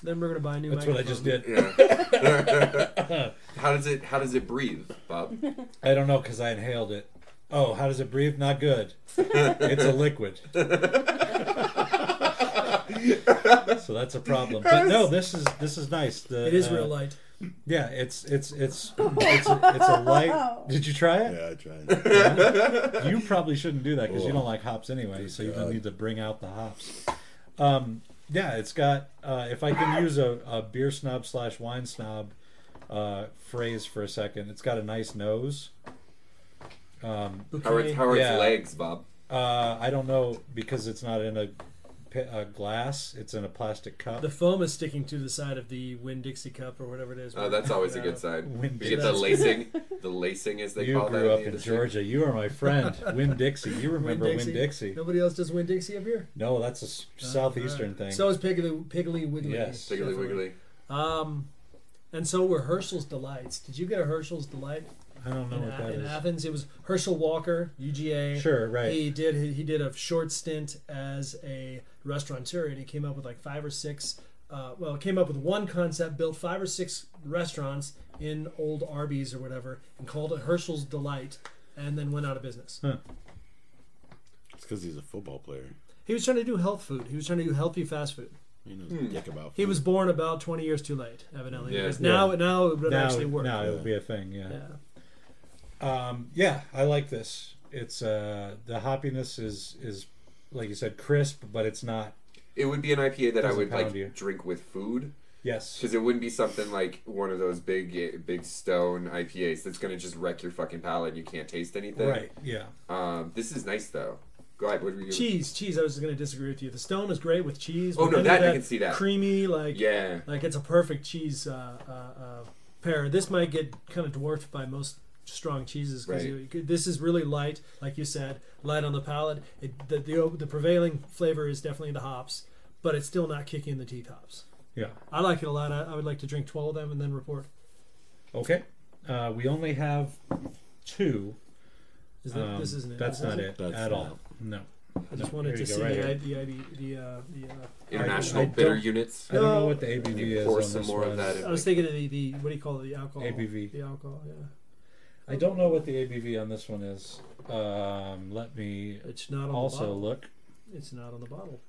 Speaker 4: Then we're gonna buy a new.
Speaker 2: That's what I just
Speaker 4: microphone.
Speaker 2: did.
Speaker 3: Yeah. how does it? How does it breathe, Bob?
Speaker 2: I don't know because I inhaled it. Oh, how does it breathe? Not good. it's a liquid. so that's a problem. But no, this is this is nice. The,
Speaker 4: It is
Speaker 2: uh,
Speaker 4: real light.
Speaker 2: Yeah, it's it's it's it's a, it's a light. Did you try it?
Speaker 5: Yeah, I tried.
Speaker 2: You probably shouldn't do that because you
Speaker 5: Oh.
Speaker 2: don't like hops anyway. So you don't
Speaker 5: God.
Speaker 2: need to bring out the hops. Um, yeah, it's got. Uh, if I can use a, a beer snob slash wine snob uh, phrase for a second, it's got a nice nose.
Speaker 3: How are,
Speaker 4: Okay.
Speaker 3: how are
Speaker 2: Yeah.
Speaker 3: its legs, Bob?
Speaker 2: Uh, I don't know because it's not in a, pi- a glass. It's in a plastic cup.
Speaker 4: The foam is sticking to the side of the Winn Dixie cup or whatever it is.
Speaker 3: Oh, that's always a good
Speaker 4: sign.
Speaker 3: sign.
Speaker 2: Wind
Speaker 3: You get the
Speaker 4: That's-
Speaker 3: lacing, the lacing as they
Speaker 2: you
Speaker 3: call that.
Speaker 2: grew up
Speaker 3: the
Speaker 2: in
Speaker 3: industry.
Speaker 2: Georgia. You are my friend, Win Dixie. You remember Win
Speaker 4: Winn-Dixie?
Speaker 2: Dixie?
Speaker 4: Nobody else does Win Dixie up here.
Speaker 2: No, that's a s-
Speaker 4: No?
Speaker 2: southeastern
Speaker 4: Alright.
Speaker 2: thing.
Speaker 4: So is Piggly, Piggly Wiggly.
Speaker 2: Yes.
Speaker 3: Piggly
Speaker 4: Definitely.
Speaker 3: Wiggly.
Speaker 4: Um, and so were Herschel's delights. Did you get a Herschel's delight
Speaker 2: I don't know
Speaker 4: in,
Speaker 2: what
Speaker 4: A-
Speaker 2: that
Speaker 4: in
Speaker 2: is.
Speaker 4: Athens? It was Herschel Walker, UGA.
Speaker 2: Sure, right.
Speaker 4: He did he, he did a short stint as a restaurateur, and he came up with like five or six. Uh, well, came up with one concept, built five or six restaurants in old Arby's or whatever, and called it Herschel's Delight, and then went out of business.
Speaker 5: It's because he's a football player.
Speaker 4: He was trying to do health food. He was trying to do healthy fast food.
Speaker 5: You know, dick about.
Speaker 4: He was born about 20 years too late, evidently.
Speaker 3: Yeah.
Speaker 4: because
Speaker 2: Yeah.
Speaker 4: now, now it would
Speaker 2: now,
Speaker 4: actually work.
Speaker 2: now it would be a thing. Yeah.
Speaker 4: Yeah.
Speaker 2: Um, yeah, I like this. It's uh, the hoppiness is is like you said, crisp, but it's not.
Speaker 3: It would be an IPA that I
Speaker 2: Doesn't
Speaker 3: would like
Speaker 2: pound you.
Speaker 3: drink with food
Speaker 2: Yes.
Speaker 3: because it wouldn't be something like one of those big big stone IPAs that's gonna just wreck your fucking palate and you can't taste anything.
Speaker 2: Right. Yeah.
Speaker 3: Um, this is nice though. Go ahead. What were you?
Speaker 4: Cheese, cheese. I was going to disagree with you. The stone is great with cheese.
Speaker 3: Oh,
Speaker 4: but
Speaker 3: no,
Speaker 4: then
Speaker 3: that-
Speaker 4: with
Speaker 3: I can see that.
Speaker 4: Creamy, like
Speaker 3: Yeah.
Speaker 4: like it's a perfect cheese uh, uh, uh, pair. This might get kind of dwarfed by most strong cheeses because
Speaker 3: Right.
Speaker 4: this is really light, like you said, light on the palate. It, the, the the prevailing flavor is definitely the hops, but it's still not kicking in the teeth hops.
Speaker 2: Yeah.
Speaker 4: I like it a lot. I, I would like to drink twelve of them and then report.
Speaker 2: Okay. Uh, we only have two.
Speaker 4: Is that,
Speaker 2: Um,
Speaker 4: this isn't it?
Speaker 2: That's
Speaker 4: This
Speaker 2: not
Speaker 4: isn't-
Speaker 2: it
Speaker 5: That's
Speaker 2: at
Speaker 5: not
Speaker 2: all. No.
Speaker 4: I just
Speaker 2: No, here
Speaker 4: wanted to
Speaker 2: you go,
Speaker 4: see
Speaker 2: right
Speaker 4: the,
Speaker 2: here.
Speaker 4: I, the ID, the uh, the. Uh,
Speaker 3: International
Speaker 2: I- I
Speaker 3: bitter
Speaker 2: don't-
Speaker 3: units.
Speaker 2: I don't know
Speaker 4: No.
Speaker 2: what the ABV
Speaker 3: You
Speaker 2: is
Speaker 3: pour
Speaker 2: on
Speaker 3: some
Speaker 2: this
Speaker 3: more of
Speaker 2: one.
Speaker 3: that in.
Speaker 4: uh, I was thinking of the, the what do you call it the alcohol
Speaker 2: ABV.
Speaker 4: the alcohol yeah
Speaker 2: I don't know what the ABV on this one is. Um, let me
Speaker 4: it's not on the
Speaker 2: also
Speaker 4: bottle.
Speaker 2: look.
Speaker 4: it's not on the bottle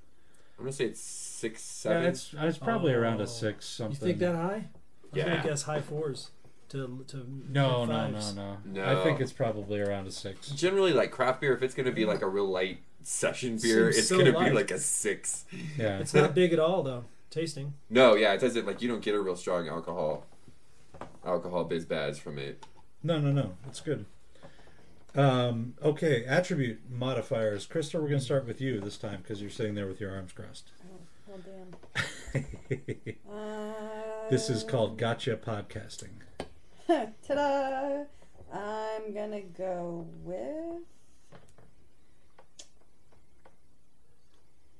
Speaker 3: I'm gonna say it's six seven.
Speaker 2: Yeah, it's it's probably around
Speaker 4: Oh.
Speaker 2: a six something.
Speaker 4: you think that high I
Speaker 3: Yeah.
Speaker 4: think that's high fours to to
Speaker 2: No,
Speaker 4: mid
Speaker 2: no, no,
Speaker 4: fives.
Speaker 2: no,
Speaker 3: No.
Speaker 2: I think it's probably around a six.
Speaker 3: Generally, like craft beer, if it's gonna be like a real light session beer,
Speaker 4: Seems
Speaker 3: it's
Speaker 4: so
Speaker 3: gonna
Speaker 4: light.
Speaker 3: be like a six.
Speaker 2: Yeah.
Speaker 4: it's not big at all though tasting
Speaker 3: No, yeah, it doesn't like you don't get a real strong alcohol alcohol biz bads from it.
Speaker 2: No, no, no. It's good. Um, okay, attribute modifiers. Crystal, we're going to start with you this time because you're sitting there with your arms crossed.
Speaker 6: Well, damn. Uh,
Speaker 2: this is called gotcha podcasting.
Speaker 6: Ta-da! I'm gonna go with.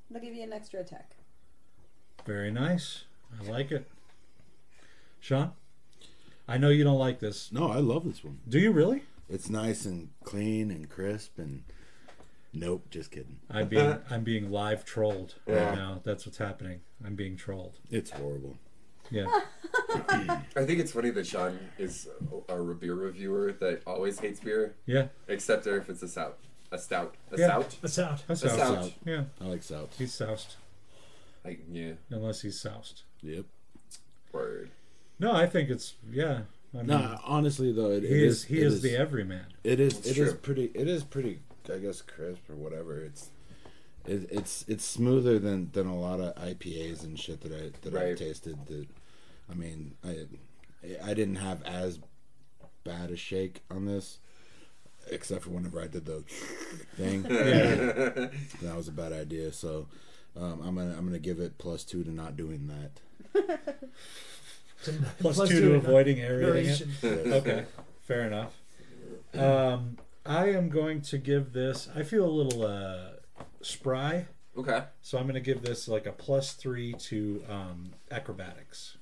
Speaker 6: They'll give you an extra attack.
Speaker 2: Very nice. I like it. Sean, I know you don't like this.
Speaker 5: No, I love this one.
Speaker 2: Do you really?
Speaker 5: It's nice and clean and crisp and. Nope, just kidding.
Speaker 2: I'm being I'm being live trolled
Speaker 3: Yeah.
Speaker 2: right now. That's what's happening. I'm being trolled.
Speaker 5: It's horrible.
Speaker 2: Yeah.
Speaker 3: I think it's funny that Sean is a, a beer reviewer that always hates beer,
Speaker 2: Yeah.
Speaker 3: except if it's a stout, a stout, a
Speaker 2: Yeah.
Speaker 3: stout,
Speaker 4: that's out
Speaker 2: That's
Speaker 3: a
Speaker 2: soused.
Speaker 3: stout.
Speaker 5: Soused.
Speaker 2: Yeah.
Speaker 5: I like South.
Speaker 2: He's soused.
Speaker 3: Like yeah,
Speaker 2: Unless he's soused.
Speaker 5: Yep.
Speaker 3: word.
Speaker 2: No, I think it's yeah. I mean,
Speaker 5: No, honestly though, it,
Speaker 2: he
Speaker 5: it
Speaker 2: is,
Speaker 5: is
Speaker 2: he
Speaker 5: it
Speaker 2: is, the everyman.
Speaker 5: It is.
Speaker 3: It's
Speaker 5: it is
Speaker 3: true.
Speaker 5: pretty. It is pretty. I guess crisp or whatever. It's. It, it's it's smoother than than a lot of IPAs and shit that I that
Speaker 3: Right.
Speaker 5: I've tasted. That, I mean, I I didn't have as bad a shake on this, except for whenever I did the thing. that was a bad idea. So. Um, I'm gonna I'm gonna give it plus two to not doing that.
Speaker 2: plus,
Speaker 4: Plus
Speaker 2: two,
Speaker 4: two
Speaker 2: to
Speaker 4: to
Speaker 2: avoiding aerating it.
Speaker 4: Narration.
Speaker 2: Okay, fair enough. Um, I am going to give this. I feel a little uh, spry,
Speaker 3: Okay,
Speaker 2: so I'm going to give this like a plus three to um, acrobatics.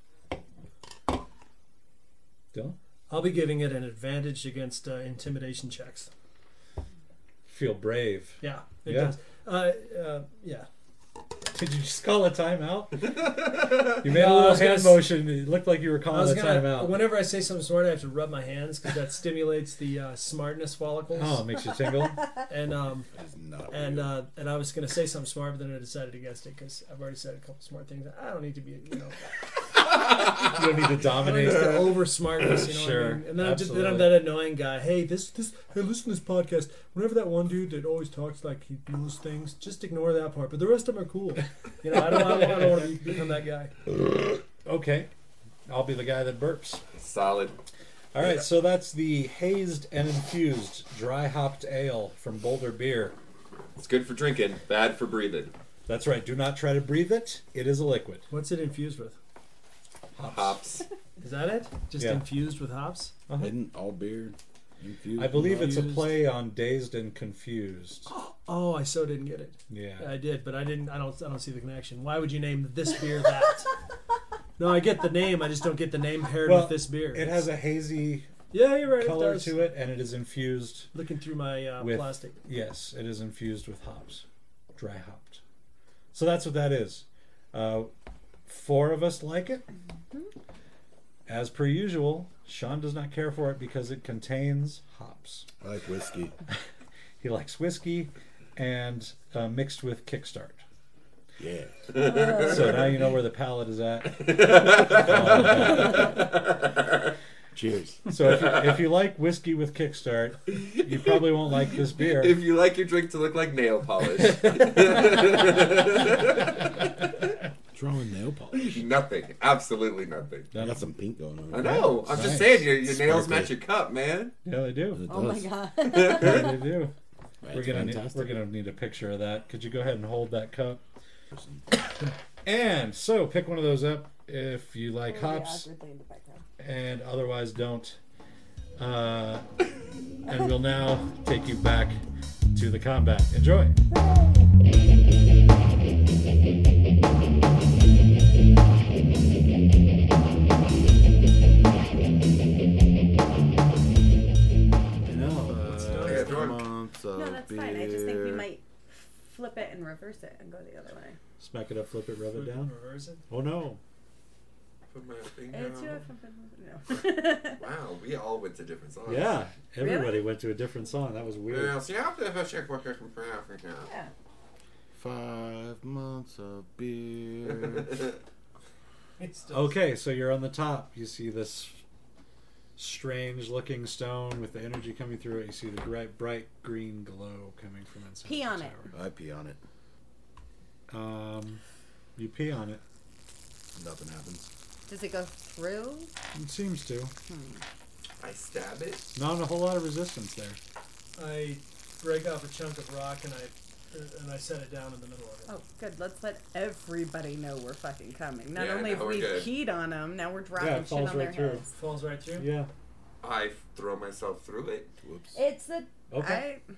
Speaker 2: Dylan,
Speaker 4: I'll be giving it an advantage against uh, intimidation checks
Speaker 2: feel brave.
Speaker 4: yeah it
Speaker 2: Yeah.
Speaker 4: does uh, uh, yeah
Speaker 2: Did you just call a timeout? You made
Speaker 4: No, I
Speaker 2: a little
Speaker 4: was gonna
Speaker 2: hand
Speaker 4: s-
Speaker 2: motion. It looked like you were
Speaker 4: I
Speaker 2: calling
Speaker 4: was
Speaker 2: a
Speaker 4: gonna
Speaker 2: timeout.
Speaker 4: whenever I say something smart I have to rub my hands because that stimulates the uh, smartness follicles
Speaker 2: Oh, it makes you tingle.
Speaker 4: and um,
Speaker 5: It's not
Speaker 4: And
Speaker 5: real.
Speaker 4: uh, and I was gonna say something smart, but then I decided against it because I've already said a couple smart things. I don't need to be, you
Speaker 2: You don't need
Speaker 4: know,
Speaker 2: to
Speaker 4: I don't need
Speaker 2: dominate.
Speaker 4: to over smartness. You know what
Speaker 2: Sure,
Speaker 4: I mean? And then I'm just then I'm
Speaker 2: absolutely.
Speaker 4: that annoying guy. Hey, this this hey, listen to this podcast. Whenever that one dude that always talks like he knows things, just ignore that part. But the rest of them are cool. You know, I don't I don't, I don't want to become that guy.
Speaker 2: Okay, I'll be the guy that burps.
Speaker 3: solid.
Speaker 2: All right, so that's the hazed and infused dry hopped ale from Boulder Beer.
Speaker 3: It's good for drinking, bad for breathing.
Speaker 2: That's right. Do not try to breathe it. It is a liquid.
Speaker 4: What's it infused with?
Speaker 3: Hops.
Speaker 4: Is that it? Just
Speaker 2: Yeah.
Speaker 4: infused with hops?
Speaker 2: Uh-huh.
Speaker 5: Isn't all beer infused?
Speaker 2: I believe it's a
Speaker 4: Confused.
Speaker 2: play on dazed and confused.
Speaker 4: Oh, I so didn't get it.
Speaker 2: Yeah.
Speaker 4: I did, but I didn't. I don't. I don't see the connection. Why would you name this beer that? no, I get the name. I just don't get the name paired
Speaker 2: Well,
Speaker 4: with this beer.
Speaker 2: It has a hazy
Speaker 4: yeah, you're right. it
Speaker 2: color
Speaker 4: does.
Speaker 2: to it, and it is infused.
Speaker 4: Looking through my uh,
Speaker 2: With-
Speaker 4: plastic.
Speaker 2: Yes, it is infused with hops, dry hopped. So that's what that is. Uh, four of us like it.
Speaker 4: Mm-hmm.
Speaker 2: As per usual, Sean does not care for it because it contains hops.
Speaker 5: I like whiskey.
Speaker 2: He likes whiskey, and uh, mixed with kickstart.
Speaker 5: Yeah.
Speaker 2: So now you know where the palate is at.
Speaker 5: Cheers.
Speaker 2: So if you, if you like whiskey with kickstart, you probably won't like this beer.
Speaker 3: If you like your drink to look like nail polish,
Speaker 5: What's wrong with nail polish?
Speaker 3: nothing. Absolutely nothing.
Speaker 5: I got some pink going on.
Speaker 3: I know. I'm just saying, your, your nails match your cup, man.
Speaker 2: Yeah, they do.
Speaker 5: It
Speaker 6: Oh my
Speaker 5: does.
Speaker 6: god.
Speaker 2: Yeah, they do.
Speaker 5: That's
Speaker 2: We're gonna need,
Speaker 5: fantastic.
Speaker 2: we're gonna need a picture of that. Could you go ahead and hold that cup? And so pick one of those up if you like hops,
Speaker 6: Awkwardly in the background.
Speaker 2: and otherwise don't. Uh, and we'll now take you back to the combat. Enjoy.
Speaker 4: No.
Speaker 5: uh,
Speaker 4: it's not.
Speaker 3: Yeah, throw
Speaker 5: Come
Speaker 3: it.
Speaker 5: on, so
Speaker 6: No, that's fine. I just think we
Speaker 5: beer.
Speaker 6: might flip it and reverse it and go the other way.
Speaker 2: Smack it up, flip it, rub it down.
Speaker 4: Reverse it.
Speaker 2: Oh no.
Speaker 3: Put my finger
Speaker 6: It's
Speaker 3: on.
Speaker 6: you have no.
Speaker 3: Wow, we all went to different songs.
Speaker 2: Yeah, everybody went to a different song. That was weird.
Speaker 3: Well, see, after the first check, we're gonna come back and count.
Speaker 6: yeah.
Speaker 5: Five months of beer.
Speaker 4: It's still-
Speaker 2: Okay, so you're on the top. You see this strange looking stone with the energy coming through it. You see the bright, bright green glow coming from inside.
Speaker 6: Pee
Speaker 2: the
Speaker 6: on
Speaker 5: I pee on it.
Speaker 2: tower. Um, you pee on it.
Speaker 5: Nothing happens.
Speaker 6: Does it go through?
Speaker 2: It seems to.
Speaker 3: I stab it.
Speaker 2: Not a whole lot of resistance there.
Speaker 4: I break off a chunk of rock and I uh, and I set it down in the middle of it.
Speaker 6: Oh, good. Let's let everybody know we're fucking coming. Not
Speaker 3: Yeah,
Speaker 6: only have
Speaker 3: now we're
Speaker 6: we
Speaker 3: good.
Speaker 6: peed on them, now we're dropping
Speaker 2: Yeah, it
Speaker 6: shit
Speaker 2: falls
Speaker 6: on
Speaker 2: right
Speaker 6: their
Speaker 2: through.
Speaker 6: heads.
Speaker 4: Falls right through.
Speaker 2: Yeah.
Speaker 3: I throw myself through it.
Speaker 5: Whoops.
Speaker 6: It's a.
Speaker 2: Okay.
Speaker 6: I,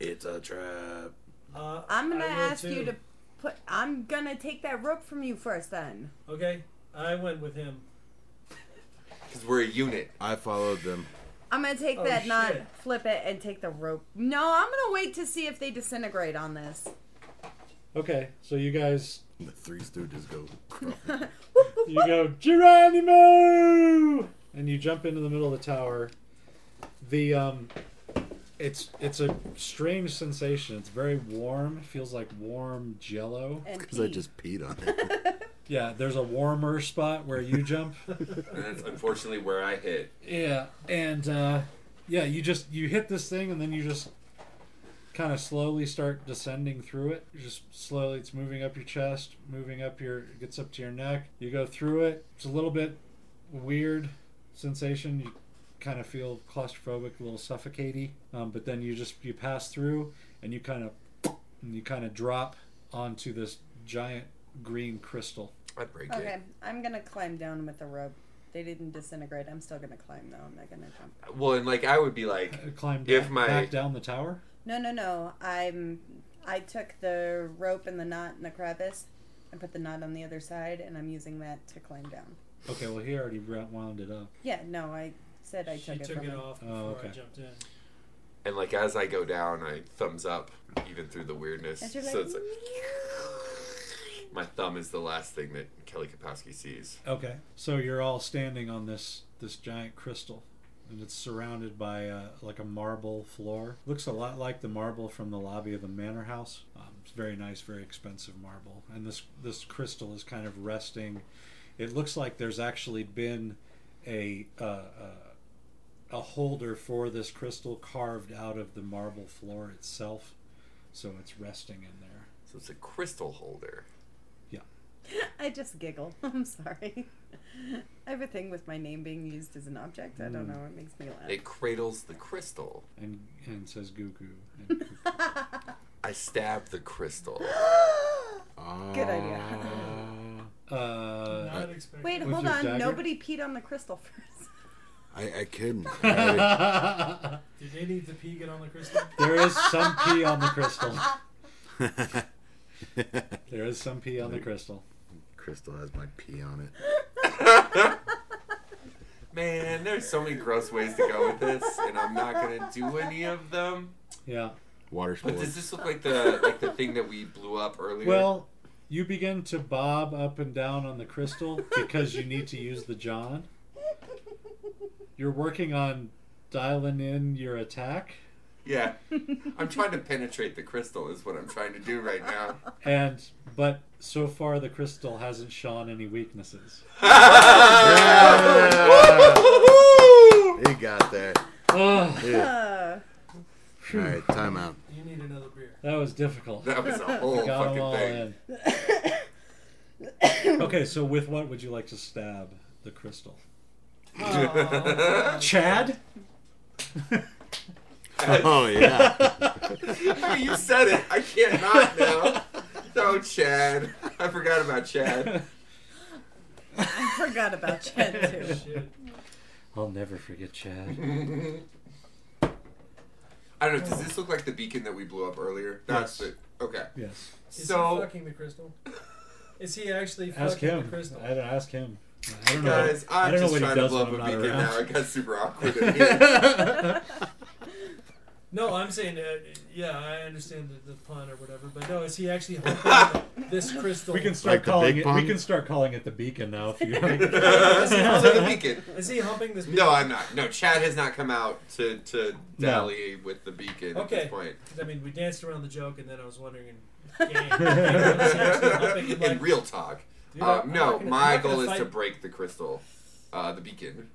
Speaker 5: It's a trap.
Speaker 4: Uh,
Speaker 6: I'm gonna
Speaker 4: I will
Speaker 6: ask you
Speaker 4: too.
Speaker 6: to put. I'm gonna take that rope from you first, then.
Speaker 4: Okay, I went with him.
Speaker 3: Because we're a unit.
Speaker 5: I followed them.
Speaker 6: I'm gonna take
Speaker 4: Oh,
Speaker 6: that knot,
Speaker 4: shit.
Speaker 6: flip it, and take the rope. No, I'm gonna wait to see if they disintegrate on this.
Speaker 2: Okay, so you guys,
Speaker 5: The three stooges go.
Speaker 2: you go Geronimo, and you jump into the middle of the tower. The um, it's it's a strange sensation. It's very warm. Feels like warm jello.
Speaker 6: And
Speaker 5: Because I
Speaker 6: pee.
Speaker 5: just peed on it.
Speaker 2: Yeah, there's a warmer spot where you jump.
Speaker 3: And that's unfortunately where I hit.
Speaker 2: yeah, and uh, yeah, you just you hit this thing and then you just kind of slowly start descending through it. You're just slowly, it's moving up your chest, moving up your, it gets up to your neck. You go through it. It's a little bit weird sensation. You kind of feel claustrophobic, a little suffocaty. Um, but then you just you pass through and you kind of and you kind of drop onto this giant green crystal.
Speaker 3: I break
Speaker 6: Okay, I'm gonna climb down with the rope. They didn't disintegrate. I'm still gonna climb though. I'm not gonna jump.
Speaker 3: it. Well, and like I would be like,
Speaker 2: Uh, Climb down,
Speaker 3: If my-
Speaker 2: back down the tower.
Speaker 6: No, no, no. I'm. I took the rope and the knot and the crevice, and put the knot on the other side, and I'm using that to climb down.
Speaker 2: Okay, well, he already ra- wound it up.
Speaker 6: Yeah, no, I said I
Speaker 4: she
Speaker 6: took it
Speaker 4: took
Speaker 6: from
Speaker 4: it
Speaker 6: him.
Speaker 4: off
Speaker 2: Oh,
Speaker 4: before
Speaker 2: okay.
Speaker 4: I jumped in.
Speaker 3: and like as I go down, I thumbs up even through the weirdness.
Speaker 6: And
Speaker 3: So
Speaker 6: she's like,
Speaker 3: it's like my thumb is the last thing that Kelly Kapowski sees.
Speaker 2: Okay. So you're all standing on this this giant crystal, and it's surrounded by uh, like a marble floor. Looks a lot like the marble from the lobby of the manor house. Um, it's very nice, very expensive marble, and this this crystal is kind of resting. It looks like there's actually been a uh, uh, a holder for this crystal carved out of the marble floor itself, so it's resting in there.
Speaker 3: So it's a crystal holder.
Speaker 6: I just giggle. I'm sorry. I have a thing with my name being used as an object. I don't know. It makes me laugh.
Speaker 3: It cradles the crystal.
Speaker 2: And and says goo goo.
Speaker 3: I stab the crystal.
Speaker 6: Good idea.
Speaker 5: Uh,
Speaker 2: Uh,
Speaker 4: Not expecting.
Speaker 6: Wait,
Speaker 2: With
Speaker 6: hold
Speaker 2: your
Speaker 6: on.
Speaker 2: dagger?
Speaker 6: Nobody peed on the crystal first.
Speaker 5: I, I couldn't.
Speaker 4: Did any of the pee get on the crystal?
Speaker 2: there is some pee on the crystal. There is some pee on the crystal.
Speaker 5: Crystal has my pee on it.
Speaker 3: Man, there's so many gross ways to go with this, and I'm not gonna do any of them.
Speaker 2: Yeah.
Speaker 5: Water
Speaker 3: But
Speaker 5: sports.
Speaker 3: does this look like the like the thing that we blew up earlier?
Speaker 2: Well, you begin to bob up and down on the crystal because you need to use the John. You're working on dialing in your attack,
Speaker 3: yeah. I'm trying to penetrate the crystal. Is what I'm trying to do right now.
Speaker 2: and but so far the crystal hasn't shown any weaknesses.
Speaker 5: He got there.
Speaker 2: Ugh,
Speaker 6: Uh,
Speaker 5: All right, timeout.
Speaker 4: You need another beer.
Speaker 2: that was difficult.
Speaker 3: That was a whole
Speaker 2: Got them
Speaker 3: fucking
Speaker 2: all
Speaker 3: thing.
Speaker 2: in. okay, so with what would you like to stab the crystal? Chad?
Speaker 5: Oh yeah.
Speaker 3: you said it. I can't not now. No, Chad. I forgot about Chad.
Speaker 6: I forgot about Chad too.
Speaker 4: Shit.
Speaker 2: I'll never forget Chad.
Speaker 3: I don't know. Does this look like the beacon that we blew up earlier? That's
Speaker 2: Yes.
Speaker 3: the okay.
Speaker 2: Yes.
Speaker 4: Is he
Speaker 3: So
Speaker 4: fucking the crystal? Is he actually
Speaker 2: Ask
Speaker 4: fucking the
Speaker 2: him.
Speaker 4: crystal?
Speaker 2: I don't ask him. I don't know.
Speaker 3: guys,
Speaker 2: I
Speaker 3: I'm
Speaker 2: don't know
Speaker 3: just
Speaker 2: what he
Speaker 3: trying to
Speaker 2: does
Speaker 3: blow
Speaker 2: when
Speaker 3: up a
Speaker 2: I'm not
Speaker 3: beacon now. It
Speaker 2: around.
Speaker 3: got super awkward in here.
Speaker 4: No, I'm saying, uh, yeah, I understand the, the pun or whatever, but no, is he actually holding this crystal?
Speaker 2: We can start
Speaker 5: Like the
Speaker 2: calling
Speaker 5: big
Speaker 2: it.
Speaker 5: pond?
Speaker 2: We can start calling it the beacon now. If you like.
Speaker 4: Is he
Speaker 3: So the
Speaker 4: humping-
Speaker 3: beacon.
Speaker 4: is he humping this?
Speaker 3: No, I'm not. No, Chad has not come out to to
Speaker 2: No.
Speaker 3: dally with the beacon at
Speaker 4: Okay.
Speaker 3: this point.
Speaker 4: 'Cause, I mean, we danced around the joke, and then I was wondering. In, game, is he actually humping him,
Speaker 3: in
Speaker 4: like,
Speaker 3: real talk.
Speaker 4: Dude,
Speaker 3: Uh,
Speaker 4: I'm
Speaker 3: no,
Speaker 4: not gonna- I'm
Speaker 3: my
Speaker 4: not gonna
Speaker 3: goal is to
Speaker 4: fight-
Speaker 3: break the crystal, uh, the beacon.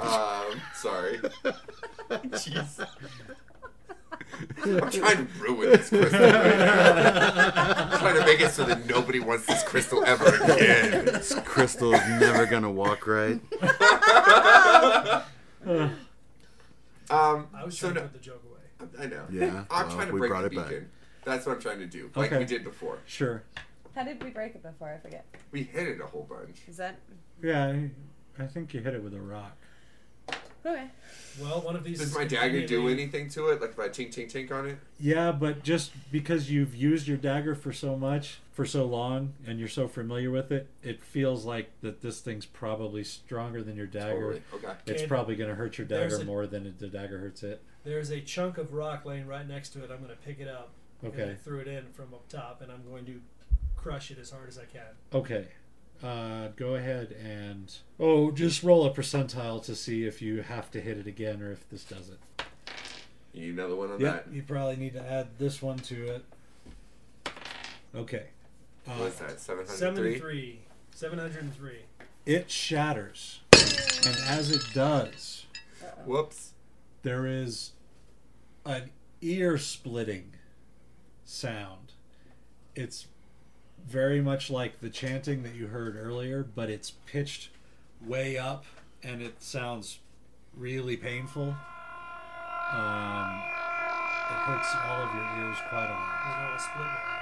Speaker 3: Um, sorry. Jeez. I'm trying to ruin this crystal. Right now. I'm trying to make it so that nobody wants this crystal ever again.
Speaker 5: This crystal is never gonna walk right.
Speaker 3: Um,
Speaker 4: I was
Speaker 3: so
Speaker 4: trying to
Speaker 3: no,
Speaker 4: put the joke away.
Speaker 3: I know.
Speaker 5: Yeah,
Speaker 3: I'm
Speaker 5: well,
Speaker 3: trying to
Speaker 5: we
Speaker 3: break
Speaker 5: brought
Speaker 3: the
Speaker 5: it back.
Speaker 3: beacon. That's what I'm trying to do, like
Speaker 2: Okay.
Speaker 3: we did before.
Speaker 2: sure.
Speaker 6: How did we break it before? I forget.
Speaker 3: We hit it a whole bunch.
Speaker 6: Is that
Speaker 2: Yeah, I, I think you hit it with a rock.
Speaker 6: okay?
Speaker 4: Well, one of these.
Speaker 3: Does
Speaker 4: is
Speaker 3: my dagger do
Speaker 4: immediately-
Speaker 3: anything to it? Like if I tink tink tink on it?
Speaker 2: Yeah, but just because you've used your dagger for so much, for so long, and you're so familiar with it, it feels like that this thing's probably stronger than your dagger.
Speaker 3: Totally. Okay.
Speaker 2: It's
Speaker 4: And
Speaker 2: probably going to hurt your
Speaker 4: there's
Speaker 2: dagger
Speaker 4: a-
Speaker 2: more than it, the dagger hurts it.
Speaker 4: There's a chunk of rock laying right next to it. I'm going to pick it up. And I
Speaker 2: Okay.
Speaker 4: threw it in from up top, and I'm going to crush it as hard as I can.
Speaker 2: Okay. Uh, go ahead and oh, just roll a percentile to see if you have to hit it again or if this does it.
Speaker 3: You need another one on
Speaker 2: Yep,
Speaker 3: that.
Speaker 2: you probably need to add this one to it. Okay.
Speaker 3: What
Speaker 2: Uh,
Speaker 3: is that? 703?
Speaker 4: 73. 703.
Speaker 2: it shatters. And as it does,
Speaker 3: Whoops.
Speaker 2: there is an ear splitting sound. It's very much like the chanting that you heard earlier, but it's pitched way up and it sounds really painful. Um, it hurts all of your ears quite a lot.
Speaker 4: There's no split one.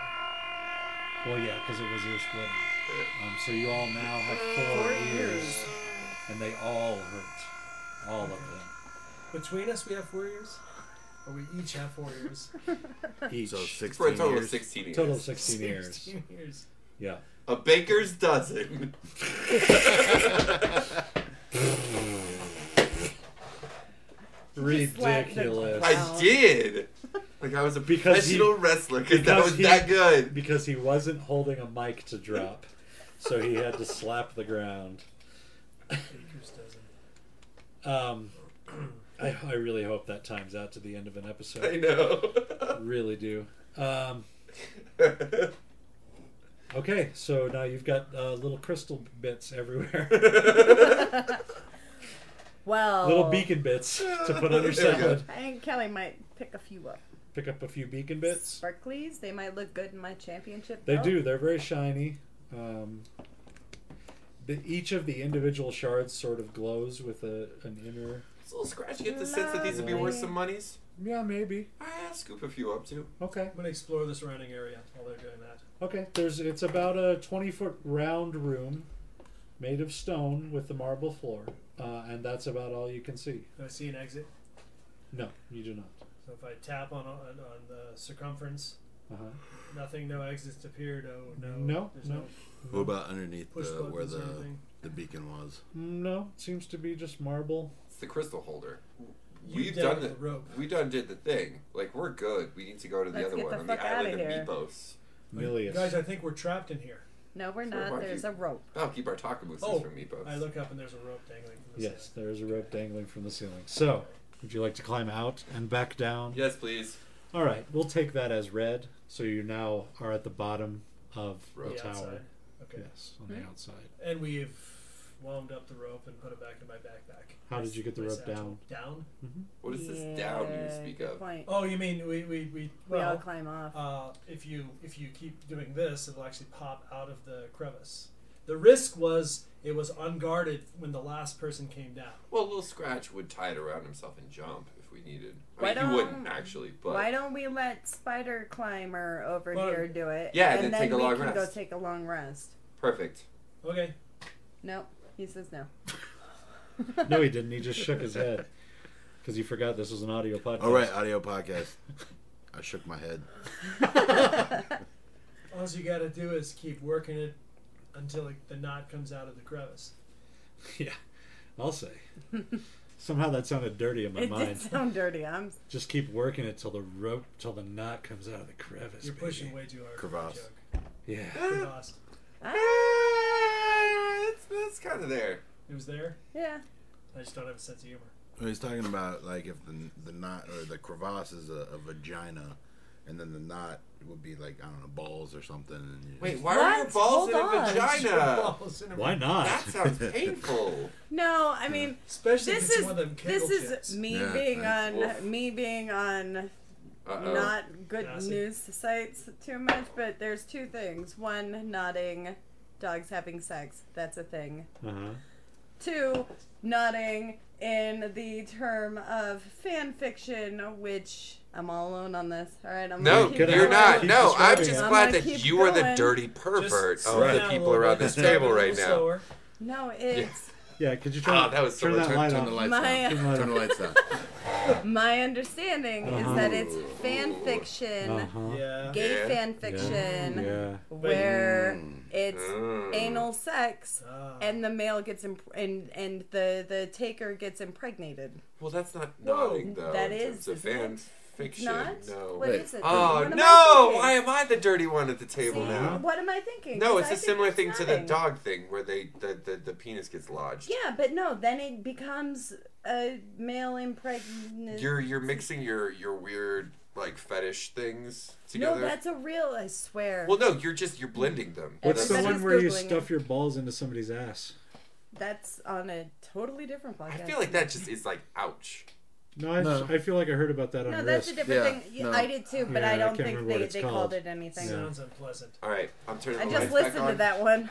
Speaker 2: Well, yeah, because it was ear splitting. Um, so you all now have four ears, and they all hurt, all of them.
Speaker 4: Between us, we have four ears? Or we each have four ears?
Speaker 2: Each
Speaker 5: So
Speaker 3: For a
Speaker 5: 16
Speaker 3: total
Speaker 5: years.
Speaker 3: of 16 years.
Speaker 2: total of sixteen ears.
Speaker 4: 16 ears.
Speaker 2: Yeah.
Speaker 3: A baker's dozen.
Speaker 6: slapped them.
Speaker 2: Ridiculous.
Speaker 3: I did. Like I was a
Speaker 2: Because he-
Speaker 3: professional wrestler because that
Speaker 2: because
Speaker 3: was
Speaker 2: he-
Speaker 3: that good.
Speaker 2: Because he wasn't holding a mic to drop, so he had to slap the ground.
Speaker 4: Baker's dozen.
Speaker 2: Um, I, I really hope that times out to the end of an
Speaker 3: I
Speaker 2: episode.
Speaker 3: know.
Speaker 2: Really do. Um, okay, so now you've got uh, little crystal bits everywhere.
Speaker 6: Well,
Speaker 2: little beacon bits to put on your
Speaker 3: There we go.
Speaker 2: salad.
Speaker 6: I think Kelly might pick a few up.
Speaker 2: Pick up a few beacon bits.
Speaker 6: Sparklies, they might look good in my championship.
Speaker 2: They
Speaker 6: belt.
Speaker 2: do. They're very shiny. Um, the, each of the individual shards sort of glows with a, an inner.
Speaker 3: it's a little scratchy. Get the sense that these would be worth some monies.
Speaker 2: Yeah, maybe.
Speaker 3: I scoop a few up too.
Speaker 2: Okay.
Speaker 4: I'm gonna explore the surrounding area while they're doing that.
Speaker 2: Okay, there's it's about a 20 foot round room made of stone with the marble floor, uh, and that's about all you can see.
Speaker 4: Do I see an exit?
Speaker 2: No, you do not.
Speaker 4: So if I tap on on, on the circumference,
Speaker 2: Uh-huh.
Speaker 4: nothing, no exits appear. No, no,
Speaker 2: No,
Speaker 4: there's
Speaker 2: no,
Speaker 5: What about underneath
Speaker 4: push
Speaker 5: the, where
Speaker 4: buttons or
Speaker 5: the
Speaker 4: anything.
Speaker 5: the beacon was?
Speaker 2: no. It seems to be just marble.
Speaker 3: It's the crystal holder.
Speaker 4: We
Speaker 3: We've
Speaker 4: did
Speaker 3: done
Speaker 4: the
Speaker 3: the
Speaker 4: rope.
Speaker 3: we done did the thing. Like we're good. We need to go to the
Speaker 6: Let's
Speaker 3: other
Speaker 6: get
Speaker 3: one
Speaker 6: the
Speaker 3: on
Speaker 6: fuck
Speaker 3: the
Speaker 6: outta
Speaker 3: island of
Speaker 6: here.
Speaker 3: Mipos.
Speaker 2: Milius.
Speaker 4: Guys, I think we're trapped in here.
Speaker 6: No, we're
Speaker 3: Sure,
Speaker 6: not.
Speaker 3: why
Speaker 6: There's
Speaker 3: you-
Speaker 6: a rope.
Speaker 3: Balki Bartakamus
Speaker 4: Oh,
Speaker 3: is from Mipos.
Speaker 4: I look up and there's a rope dangling from the
Speaker 2: yes,
Speaker 4: ceiling.
Speaker 2: there is a rope dangling from the ceiling. So, would you like to climb out and back down?
Speaker 3: Yes, please.
Speaker 2: All right, we'll take that as red. So you now are at the bottom of
Speaker 3: Rope.
Speaker 2: the
Speaker 4: The
Speaker 2: tower.
Speaker 4: outside. Okay.
Speaker 2: Yes, on the outside.
Speaker 4: And we've wound up the rope and put it back in my backpack.
Speaker 2: How
Speaker 4: My-
Speaker 2: did you get the
Speaker 4: my
Speaker 2: rope
Speaker 4: satchel. Down?
Speaker 3: What is this
Speaker 6: Yeah,
Speaker 3: down you speak
Speaker 6: good
Speaker 3: of?
Speaker 6: Point.
Speaker 4: Oh, you mean we we we
Speaker 6: we all
Speaker 4: well,
Speaker 6: climb off.
Speaker 4: uh, if you if you keep doing this, it'll actually pop out of the crevice. The risk was it was unguarded when the last person came down.
Speaker 3: Well, little scratch would tie it around himself and jump if we needed. I
Speaker 6: Why
Speaker 3: mean, he
Speaker 6: don't-
Speaker 3: wouldn't actually, but
Speaker 6: Why don't we let Spider Climber over
Speaker 4: Well,
Speaker 6: here do it?
Speaker 3: yeah,
Speaker 6: and
Speaker 3: and then take a
Speaker 6: we
Speaker 3: long
Speaker 6: can
Speaker 3: rest.
Speaker 6: go take a long rest.
Speaker 3: perfect.
Speaker 4: Okay.
Speaker 6: Nope. He says no.
Speaker 2: No, he didn't. He just shook his head because he forgot this was an audio podcast.
Speaker 5: All right, audio podcast. I shook my head.
Speaker 4: All you gotta do is keep working it until it, the knot comes out of the crevice.
Speaker 2: Yeah, I'll say. Somehow that sounded dirty in my
Speaker 6: it
Speaker 2: mind.
Speaker 6: did sound dirty. I'm
Speaker 2: Just keep working it till the rope, till the knot comes out of the crevice.
Speaker 4: You're
Speaker 2: baby.
Speaker 4: pushing way too hard. for that
Speaker 5: Crevasse.
Speaker 4: joke.
Speaker 2: Yeah.
Speaker 4: Crevasse.
Speaker 3: Ah, it's, it's kind of there.
Speaker 4: It was there.
Speaker 6: yeah.
Speaker 4: I just don't have a sense of humor.
Speaker 5: Well, He's talking about like if the the knot or the crevasse is a, a vagina, and then the knot would be like I don't know balls or something. And you
Speaker 3: Wait, why are your
Speaker 6: What?
Speaker 3: balls in
Speaker 6: Hold
Speaker 3: a
Speaker 6: on.
Speaker 3: vagina?
Speaker 4: Balls in a-
Speaker 2: Why not?
Speaker 3: That sounds painful.
Speaker 6: No, I mean
Speaker 4: Especially
Speaker 6: this
Speaker 4: if it's
Speaker 6: is
Speaker 4: one of them Kegel
Speaker 6: this
Speaker 4: chips.
Speaker 6: is me
Speaker 5: Yeah,
Speaker 6: being
Speaker 5: I-
Speaker 6: on
Speaker 3: Oof.
Speaker 6: me being on
Speaker 3: Uh-oh.
Speaker 6: not good
Speaker 4: Acid.
Speaker 6: news sites too much, but there's two things. One, nodding dogs having sex. That's a thing.
Speaker 2: Uh-huh.
Speaker 6: Two, nodding in the term of fan fiction, which I'm all alone on this. All right, I'm
Speaker 3: No,
Speaker 6: gonna keep
Speaker 3: you're
Speaker 6: going.
Speaker 3: not. No, I'm
Speaker 2: describing
Speaker 3: just
Speaker 6: it. I'm
Speaker 3: glad
Speaker 6: gonna
Speaker 3: that
Speaker 6: keep
Speaker 3: you are the
Speaker 6: going.
Speaker 3: dirty
Speaker 4: Just
Speaker 3: pervert
Speaker 4: slow
Speaker 3: of the
Speaker 4: down a
Speaker 3: people
Speaker 4: little
Speaker 3: around
Speaker 4: bit.
Speaker 3: this
Speaker 4: Start it
Speaker 3: table
Speaker 4: a
Speaker 3: right
Speaker 4: little
Speaker 3: now.
Speaker 4: slower.
Speaker 6: No, it's
Speaker 2: Yeah. Could you turn?
Speaker 3: Oh, that was so
Speaker 2: turn that
Speaker 3: turn-
Speaker 2: light
Speaker 5: turn
Speaker 2: on.
Speaker 5: the lights
Speaker 6: My-
Speaker 5: down. Turn the lights down.
Speaker 6: my understanding is that it's fan fiction,
Speaker 2: Uh-huh.
Speaker 4: Yeah.
Speaker 6: gay
Speaker 3: Yeah.
Speaker 6: fan fiction,
Speaker 2: Yeah.
Speaker 6: where it's
Speaker 3: Mm.
Speaker 6: anal sex
Speaker 4: Ah.
Speaker 6: and the male gets imp- and and the the taker gets impregnated.
Speaker 3: Well, that's not nodding though.
Speaker 6: that
Speaker 3: in
Speaker 6: is,
Speaker 3: terms of
Speaker 6: isn't
Speaker 3: fan
Speaker 6: it?
Speaker 3: fiction.
Speaker 6: Not?
Speaker 3: No.
Speaker 6: What
Speaker 5: Wait.
Speaker 6: is it?
Speaker 3: Oh
Speaker 6: What am I
Speaker 3: no!
Speaker 6: thinking?
Speaker 3: Why am I the dirty one at the
Speaker 6: See?
Speaker 3: table now?
Speaker 6: What am I thinking?
Speaker 3: No,
Speaker 6: 'Cause
Speaker 3: it's
Speaker 6: I
Speaker 3: a
Speaker 6: think
Speaker 3: similar
Speaker 6: it's
Speaker 3: thing to the
Speaker 6: nodding.
Speaker 3: dog thing where they the, the, the penis gets lodged.
Speaker 6: Yeah, but no, then it becomes a male impregnated.
Speaker 3: You're you're mixing your your weird like fetish things together.
Speaker 6: no, that's a real. I swear.
Speaker 3: well, no, you're just you're blending them.
Speaker 2: What's the
Speaker 6: Everybody's
Speaker 2: one where you
Speaker 6: Googling
Speaker 2: stuff
Speaker 6: it.
Speaker 2: your balls into somebody's ass?
Speaker 6: that's on a totally different
Speaker 3: I
Speaker 6: podcast.
Speaker 3: feel like that just is like ouch.
Speaker 2: No, I,
Speaker 5: No.
Speaker 2: I feel like I heard about that on
Speaker 6: No,
Speaker 2: risk.
Speaker 6: that's a different
Speaker 5: Yeah,
Speaker 6: thing.
Speaker 5: no.
Speaker 6: I did too, but
Speaker 2: Yeah, I
Speaker 6: I don't
Speaker 2: can't
Speaker 6: think
Speaker 2: remember what
Speaker 6: they,
Speaker 2: it's
Speaker 6: they
Speaker 2: called.
Speaker 6: called it anything.
Speaker 4: Sounds unpleasant.
Speaker 3: All right, I'm turning
Speaker 6: I
Speaker 3: the
Speaker 6: just
Speaker 3: lights Oh, back
Speaker 6: listened to
Speaker 3: on.
Speaker 6: that one.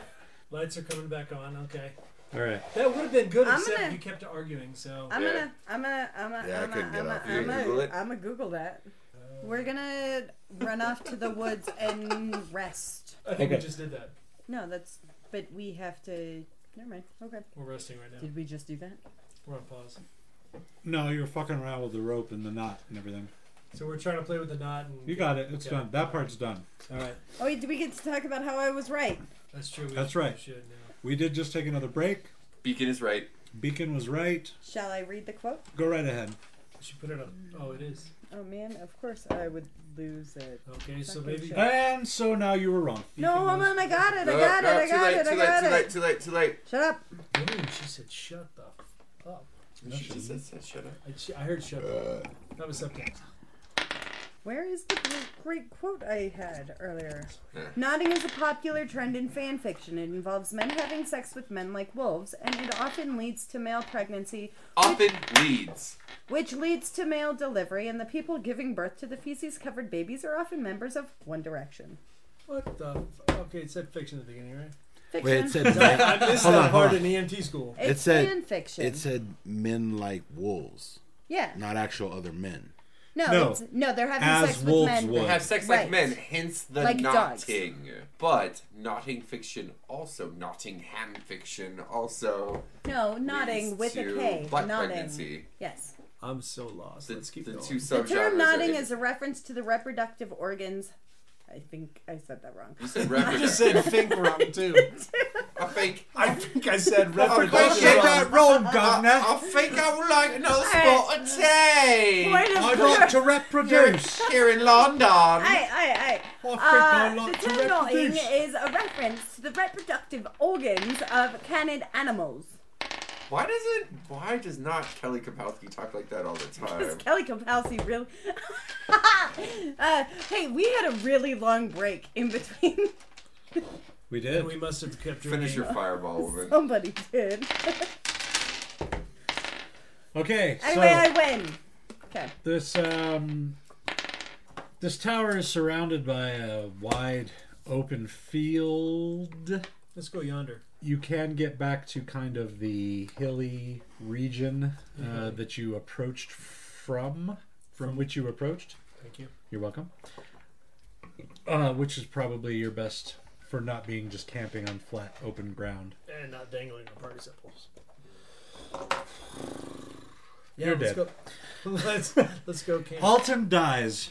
Speaker 4: Lights are coming back on. Okay.
Speaker 2: All right.
Speaker 4: That would have been good,
Speaker 6: I'm
Speaker 4: except
Speaker 6: gonna-
Speaker 4: you kept arguing. So
Speaker 6: I'm
Speaker 3: Yeah.
Speaker 6: gonna, I'm gonna, I'm gonna,
Speaker 5: Yeah, I
Speaker 6: I'm
Speaker 5: couldn't get
Speaker 6: gonna,
Speaker 5: off
Speaker 6: I'm
Speaker 3: either. Google
Speaker 6: gonna,
Speaker 3: it?
Speaker 6: I'm gonna Google that. We're gonna run off to the woods and rest.
Speaker 4: I think we
Speaker 2: Okay.
Speaker 4: just did that.
Speaker 6: No, that's, but we have to. Never mind. Okay.
Speaker 4: We're resting right now.
Speaker 6: Did we just do that?
Speaker 4: We're on pause.
Speaker 2: No, you were fucking around with the rope and the knot and everything.
Speaker 4: So we're trying to play with the knot. And
Speaker 2: You got it. It's
Speaker 4: Okay.
Speaker 2: done. That part's done.
Speaker 4: All right.
Speaker 6: Oh, wait, did we get to talk about how I was right?
Speaker 4: That's true. We
Speaker 2: That's right.
Speaker 4: Should uh, now.
Speaker 2: We did just take another break.
Speaker 3: Beacon is right.
Speaker 2: Beacon was right.
Speaker 6: Shall I read the quote?
Speaker 2: Go right ahead.
Speaker 4: We should put it on. Oh, it is.
Speaker 6: Oh man, of course I would lose it.
Speaker 4: Okay. So
Speaker 6: Fucking
Speaker 4: maybe.
Speaker 6: shit.
Speaker 2: And so now you were wrong.
Speaker 6: No, I'm on. I got it. I
Speaker 3: No,
Speaker 6: got it.
Speaker 3: no,
Speaker 6: I
Speaker 3: too
Speaker 6: got
Speaker 3: late,
Speaker 6: it.
Speaker 3: too
Speaker 6: I
Speaker 3: late,
Speaker 6: got
Speaker 3: too late,
Speaker 6: it.
Speaker 3: too late, too late.
Speaker 6: Shut up.
Speaker 4: Ooh, she said, "Shut the f- up."
Speaker 3: She just said, said shut up.
Speaker 4: I, sh- I heard "shut up." That was subtext.
Speaker 6: Where is the gr- great quote I had earlier?
Speaker 3: Yeah.
Speaker 6: Nodding is a popular trend in fan fiction. It involves men having sex with men like wolves, and it often leads to male pregnancy,
Speaker 3: Often leads.
Speaker 6: which leads to male delivery, and the people giving birth to the feces covered babies are often members of One Direction.
Speaker 4: What the? F- okay, it said fiction at the beginning, right?
Speaker 6: Fiction.
Speaker 5: Wait, it said
Speaker 4: I missed
Speaker 5: Hold
Speaker 4: that
Speaker 5: on, hold
Speaker 4: part
Speaker 5: on.
Speaker 4: in EMT school.
Speaker 6: It's
Speaker 5: it said-
Speaker 6: fan fiction.
Speaker 5: it said men like wolves,
Speaker 6: yeah.
Speaker 5: not actual other men.
Speaker 6: No,
Speaker 2: No.
Speaker 6: It's, no, they're having
Speaker 2: As
Speaker 6: sex with
Speaker 2: wolves
Speaker 6: men.
Speaker 2: would.
Speaker 3: Have sex
Speaker 6: Right.
Speaker 3: like men, hence the
Speaker 6: Like dogs.
Speaker 3: knotting. But knotting fiction, also Nottingham fiction, also
Speaker 6: No, knotting with
Speaker 3: leads
Speaker 6: a
Speaker 3: to
Speaker 6: K.
Speaker 3: Butt
Speaker 6: Knotting.
Speaker 3: pregnancy.
Speaker 6: Yes.
Speaker 4: I'm so lost.
Speaker 3: The,
Speaker 4: Let's keep
Speaker 3: the
Speaker 4: going.
Speaker 3: two
Speaker 6: The
Speaker 3: subgenres.
Speaker 6: term
Speaker 3: are
Speaker 6: nodding
Speaker 3: in-
Speaker 6: is a reference to the reproductive organs. I think I said that wrong.
Speaker 3: You said
Speaker 6: I
Speaker 3: reproductive.
Speaker 6: just
Speaker 3: said
Speaker 4: think wrong too.
Speaker 3: I think.
Speaker 4: I think I said Uh,
Speaker 3: I think you
Speaker 4: reproduction.
Speaker 3: got wrong, governor. I think I would like another spot of tea.
Speaker 6: Point of
Speaker 4: uh,
Speaker 2: I
Speaker 6: order.
Speaker 2: want to reproduce.
Speaker 3: Here in London.
Speaker 6: Aye, aye,
Speaker 2: Oh, I
Speaker 6: aye.
Speaker 2: think I
Speaker 6: Uh,
Speaker 2: like
Speaker 6: the
Speaker 2: to
Speaker 6: term nodding
Speaker 2: reproduce.
Speaker 6: is a reference to the reproductive organs of canid animals.
Speaker 3: Why doesn't? Why does not Kelly Kapowski talk like that all the time?
Speaker 6: Kelly Kapowski really. uh, hey, we had a really long break in between.
Speaker 2: We
Speaker 4: And
Speaker 2: did.
Speaker 4: we must have kept drinking.
Speaker 3: Finish your fireball, woman.
Speaker 6: Somebody did.
Speaker 2: Okay, so
Speaker 6: anyway, I win. Okay.
Speaker 2: this um, this tower is surrounded by a wide open field.
Speaker 4: Let's go yonder.
Speaker 2: you can get back to kind of the hilly region uh,
Speaker 4: Mm-hmm.
Speaker 2: that you approached from, from which you approached.
Speaker 4: Thank you.
Speaker 2: You're welcome. Uh, which is probably your best for not being just camping on flat open ground.
Speaker 4: And not dangling on participles. Yeah,
Speaker 2: You're
Speaker 4: let's
Speaker 2: dead.
Speaker 4: go. Let's let's go camp.
Speaker 2: Alton dies.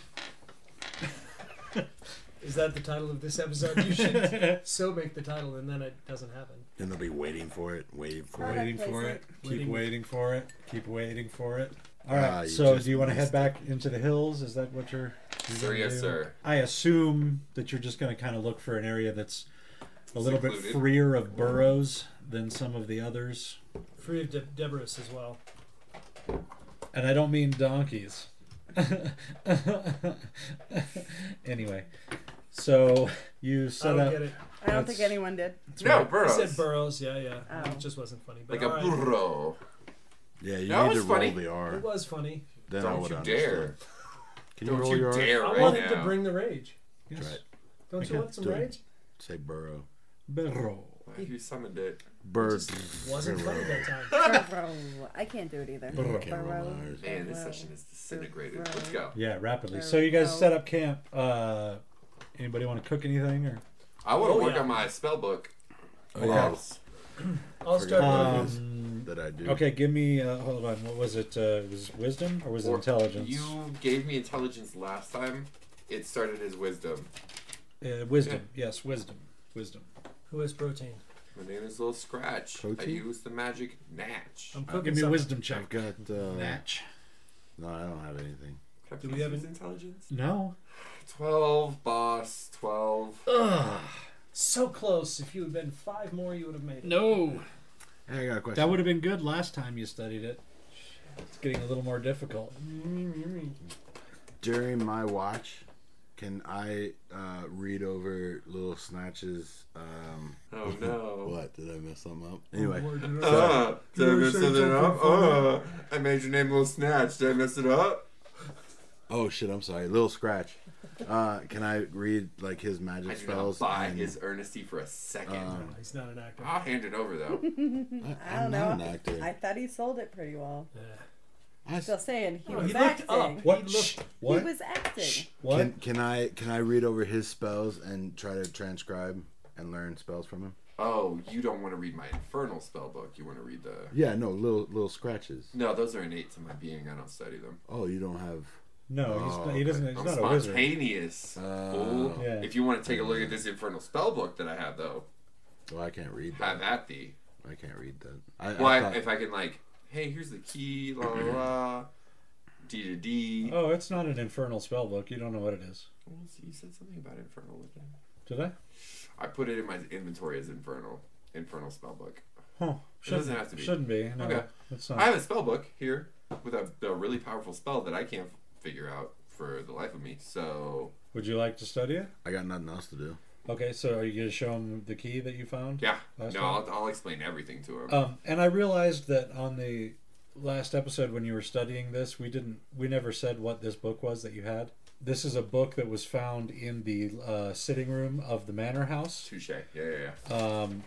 Speaker 4: Is that the title of this episode? You should so make the title, and then it doesn't happen.
Speaker 5: And they'll be waiting for it, waiting for it.
Speaker 2: Waiting for it. Keep
Speaker 4: Waiting.
Speaker 2: waiting for it. Keep waiting for it. All right.
Speaker 5: Ah, you
Speaker 2: so,
Speaker 5: just
Speaker 2: do you want to head
Speaker 5: missed
Speaker 2: back into the hills? Is that what you're? you're
Speaker 3: Sir,
Speaker 2: gonna
Speaker 3: yes,
Speaker 2: do?
Speaker 3: sir.
Speaker 2: I assume that you're just going to kind of look for an area that's a little bit
Speaker 3: Secluded.
Speaker 2: freer of burrows than some of the others.
Speaker 4: Free of De- Deborah's as well.
Speaker 2: And I don't mean donkeys. anyway, so you
Speaker 4: I
Speaker 2: set
Speaker 4: don't
Speaker 2: up.
Speaker 4: get it.
Speaker 6: I don't
Speaker 2: That's-
Speaker 6: think anyone did.
Speaker 3: No,
Speaker 4: I
Speaker 3: burrows.
Speaker 4: said burrows. Yeah, yeah.
Speaker 6: Oh.
Speaker 4: It just wasn't funny. But
Speaker 3: like a
Speaker 4: all right.
Speaker 3: burro.
Speaker 5: Yeah, you
Speaker 3: That
Speaker 5: need to
Speaker 3: was
Speaker 5: roll
Speaker 3: funny.
Speaker 5: the R.
Speaker 4: It was funny.
Speaker 5: Then I
Speaker 3: Don't
Speaker 5: would
Speaker 3: you
Speaker 5: understand.
Speaker 3: dare!
Speaker 5: Can you
Speaker 3: Don't
Speaker 5: roll
Speaker 3: you
Speaker 5: your
Speaker 3: dare
Speaker 4: I
Speaker 3: right
Speaker 4: wanted
Speaker 3: now.
Speaker 4: to bring the rage.
Speaker 2: Yes.
Speaker 5: That's right.
Speaker 4: Don't
Speaker 2: Okay.
Speaker 4: you want some
Speaker 5: Do it.
Speaker 4: rage?
Speaker 5: R? Say burrow.
Speaker 2: Burrow.
Speaker 3: Why You summoned it.
Speaker 5: Bird.
Speaker 4: Wasn't funny
Speaker 5: Burrow.
Speaker 4: that time.
Speaker 6: Burrow. I can't do it either.
Speaker 2: Burrow.
Speaker 5: Can't roll
Speaker 6: Burrow.
Speaker 5: R's.
Speaker 3: Man, this session is disintegrated. Let's go.
Speaker 2: Yeah, rapidly. So you guys set up camp. Uh, anybody want to cook anything or?
Speaker 5: Mm-hmm.
Speaker 3: I want to
Speaker 4: Oh,
Speaker 3: work
Speaker 4: yeah.
Speaker 3: on my spell book.
Speaker 5: Oh, yeah.
Speaker 4: I'll
Speaker 5: Forgot
Speaker 4: start. with-
Speaker 5: what it is
Speaker 3: Um,
Speaker 5: that I do.
Speaker 2: Okay, give me. Uh, hold on. What was it? Uh, it was wisdom or was it
Speaker 3: Or-
Speaker 2: intelligence?
Speaker 3: You gave me intelligence last time. It started as wisdom.
Speaker 2: Uh, wisdom. Yes, wisdom. Wisdom.
Speaker 4: Who has protein?
Speaker 3: My name is Little Scratch. I
Speaker 5: Protein?
Speaker 3: use the magic Natch.
Speaker 4: I'm cooking.
Speaker 2: give me a
Speaker 4: something.
Speaker 2: wisdom check.
Speaker 5: I've got. Uh,
Speaker 2: Natch.
Speaker 5: no, I don't have anything.
Speaker 3: Can I
Speaker 4: Do we
Speaker 3: please
Speaker 4: have
Speaker 3: use
Speaker 4: an-
Speaker 3: intelligence?
Speaker 2: No.
Speaker 3: Twelve, boss. Twelve.
Speaker 4: So close. If you had been five more, you would have made it.
Speaker 2: No.
Speaker 5: Hey, I got a question.
Speaker 2: That would have been good last time you studied it. It's getting a little more difficult.
Speaker 5: During my watch, can I uh, read over little snatches? Um,
Speaker 3: Oh no. Oh,
Speaker 5: what? Did I mess something up? Anyway.
Speaker 3: Uh, did I
Speaker 4: You
Speaker 3: mess
Speaker 4: said
Speaker 3: something up? Uh,
Speaker 4: something
Speaker 3: I made your name Little Snatch. Did I mess it up?
Speaker 5: Oh, shit. I'm sorry. Little scratch. Uh, can I read, like, his magic
Speaker 3: I do not
Speaker 5: spells?
Speaker 3: buy
Speaker 5: and-
Speaker 3: his earnesty for a second.
Speaker 5: Um,
Speaker 4: He's not an actor.
Speaker 3: I'll hand it over though.
Speaker 5: I, I'm
Speaker 6: I
Speaker 5: not
Speaker 6: don't know.
Speaker 5: an actor.
Speaker 6: I thought he sold it pretty well.
Speaker 5: I s-
Speaker 6: Still saying he
Speaker 4: Oh,
Speaker 6: was
Speaker 4: he looked
Speaker 6: acting.
Speaker 4: up.
Speaker 2: What?
Speaker 4: He
Speaker 2: Shh.
Speaker 4: looked.
Speaker 2: What?
Speaker 6: He was acting.
Speaker 2: what?
Speaker 5: Can, can I can I read over his spells and try to transcribe and learn spells from him?
Speaker 3: Oh, you don't want to read my infernal spell book. You want to read the.
Speaker 5: Yeah, no, little little scratches.
Speaker 3: No, those are innate to my being. I don't study them.
Speaker 5: Oh, you don't have.
Speaker 2: no, he's not, he doesn't. He's
Speaker 3: I'm
Speaker 2: not a wizard.
Speaker 3: spontaneous.
Speaker 5: Oh.
Speaker 3: fool.
Speaker 2: Yeah.
Speaker 3: If you want to take a look at this infernal spell book that I have, though,
Speaker 5: Well, I can't read that.
Speaker 3: have at thee.
Speaker 5: I can't read that. I,
Speaker 3: Well,
Speaker 5: I
Speaker 3: I,
Speaker 5: thought-
Speaker 3: if I can, like, hey, here's the key, la la la, D to D.
Speaker 2: Oh, it's not an infernal spell book. You don't know what it is.
Speaker 3: Well, see, you said something about infernal with it.
Speaker 2: Did I?
Speaker 3: I put it in my inventory as infernal, infernal spell book.
Speaker 2: Huh. Shouldn't,
Speaker 3: doesn't have to be.
Speaker 2: Shouldn't be. No,
Speaker 3: Okay.
Speaker 2: it's
Speaker 3: I
Speaker 2: not.
Speaker 3: have a spell book here with a, a really powerful spell that I can't figure out for the life of me. So
Speaker 2: Would you like to study it?
Speaker 5: I got nothing else to do.
Speaker 2: Okay, so are you going to show him the key that you found?
Speaker 3: yeah,
Speaker 2: Last
Speaker 3: no,
Speaker 2: time?
Speaker 3: I'll, I'll explain everything to him.
Speaker 2: Um, and I realized that on the last episode when you were studying this, we didn't, we never said what this book was that you had. This is a book that was found in the uh, sitting room of the manor house.
Speaker 3: Touche. Yeah, yeah, yeah.
Speaker 2: Um,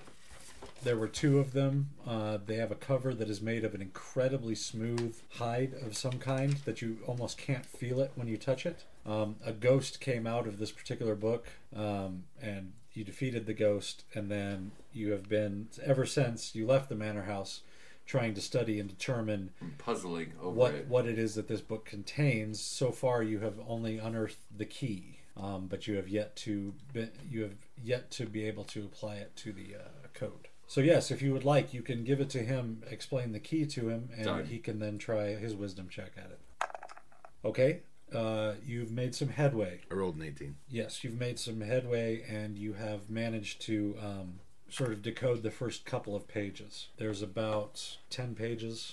Speaker 2: There were two of them. Uh, they have a cover that is made of an incredibly smooth hide of some kind that you almost can't feel it when you touch it. Um, a ghost came out of this particular book, um, and you defeated the ghost, and then you have been, ever since you left the manor house, trying to study and determine
Speaker 3: Puzzling over
Speaker 2: what
Speaker 3: it.
Speaker 2: what it is that this book contains. So far, you have only unearthed the key, um, but you have yet to be, you have yet to be able to apply it to the uh, code. So yes, if you would like, you can give it to him, explain the key to him, and
Speaker 3: Done.
Speaker 2: he can then try his wisdom check at it. Okay, uh, you've made some headway.
Speaker 5: I rolled an 18.
Speaker 2: Yes, you've made some headway and you have managed to um, sort of decode the first couple of pages. There's about 10 pages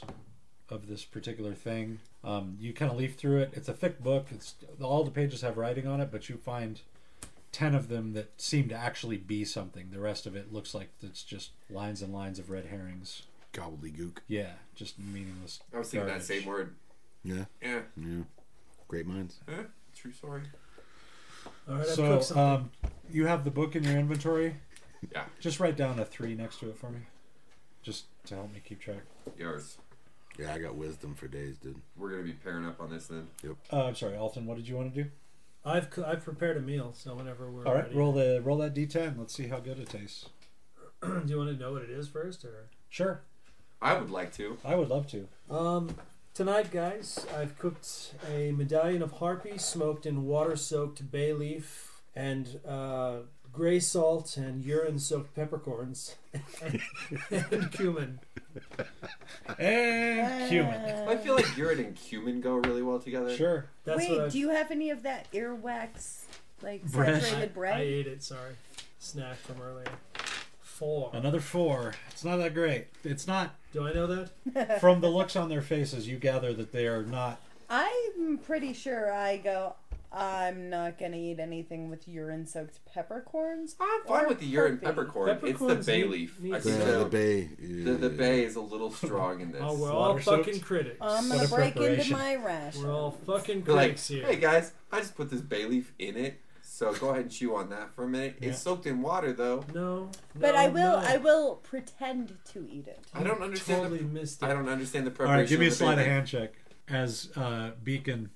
Speaker 2: of this particular thing. Um, you kind of leaf through it. It's a thick book. It's all the pages have writing on it, but you find 10 of them that seem to actually be something. The rest of it looks like it's just lines and lines of red herrings.
Speaker 5: Gobbledygook.
Speaker 2: Yeah, just meaningless.
Speaker 3: I was thinking that
Speaker 2: garbage.
Speaker 3: same word.
Speaker 5: Yeah.
Speaker 3: Yeah.
Speaker 5: Yeah. Great minds.
Speaker 3: Eh, true story.
Speaker 4: All right, I've
Speaker 2: So,
Speaker 4: cooked something.
Speaker 2: um, you have the book in your inventory.
Speaker 3: Yeah.
Speaker 2: Just write down a three next to it for me, just to help me keep track.
Speaker 3: Yours.
Speaker 5: Yeah, I got wisdom for days, dude.
Speaker 3: We're gonna be pairing up on this then.
Speaker 2: Uh, I'm sorry, Alton. What did you want to do?
Speaker 4: I've coo- I've prepared a meal, so whenever we're
Speaker 2: All right,
Speaker 4: ready.
Speaker 2: roll the roll that d10. Let's see how good it tastes.
Speaker 4: Do you want to know what it is first, or
Speaker 2: Sure,
Speaker 3: I would like to.
Speaker 2: I would love to.
Speaker 4: um? Tonight, guys, I've cooked a medallion of harpy smoked in water-soaked bay leaf and uh, gray salt and urine-soaked peppercorns and cumin.
Speaker 2: And cumin.
Speaker 3: I feel like urine and cumin go really well together.
Speaker 2: Sure.
Speaker 4: That's
Speaker 7: Wait,
Speaker 4: what I've,
Speaker 7: do you have any of that earwax, like
Speaker 2: Bread?
Speaker 7: saturated
Speaker 4: I
Speaker 7: bread?
Speaker 4: ate it. Sorry, snack from earlier. Four.
Speaker 2: Another four. It's not that great. It's not.
Speaker 4: Do I know that?
Speaker 2: From the looks on their faces, you gather that they are not.
Speaker 7: I'm pretty sure I go. I'm not gonna eat anything with urine-soaked peppercorns.
Speaker 3: I'm fine
Speaker 7: Or
Speaker 3: with the urine
Speaker 7: herpes.
Speaker 3: peppercorn. it's
Speaker 4: Peppercorns
Speaker 3: the bay
Speaker 4: need-
Speaker 3: leaf.
Speaker 4: need
Speaker 3: I
Speaker 5: Yeah,
Speaker 3: think
Speaker 4: to-
Speaker 3: the,
Speaker 5: the bay. Yeah.
Speaker 3: the, the bay is a little strong in this.
Speaker 4: Oh, we're all
Speaker 2: Water-soaked?
Speaker 4: fucking critics.
Speaker 7: I'm
Speaker 2: What
Speaker 7: gonna
Speaker 2: a
Speaker 7: break into
Speaker 2: preparation.
Speaker 7: my rash.
Speaker 4: We're all fucking
Speaker 3: They're like,
Speaker 4: critics here.
Speaker 3: hey guys, I just put this bay leaf in it, so go ahead and chew on that for a minute.
Speaker 2: Yeah.
Speaker 3: It's soaked in water though.
Speaker 4: No,
Speaker 7: But
Speaker 4: no,
Speaker 7: I will.
Speaker 4: No.
Speaker 7: I will pretend to eat it.
Speaker 3: I don't understand.
Speaker 4: totally
Speaker 3: the,
Speaker 4: missed it.
Speaker 3: I don't understand the
Speaker 2: All
Speaker 3: preparation.
Speaker 2: right, give me a
Speaker 3: of the bay
Speaker 2: sleight of
Speaker 3: leaf.
Speaker 2: hand check. As uh, Beacon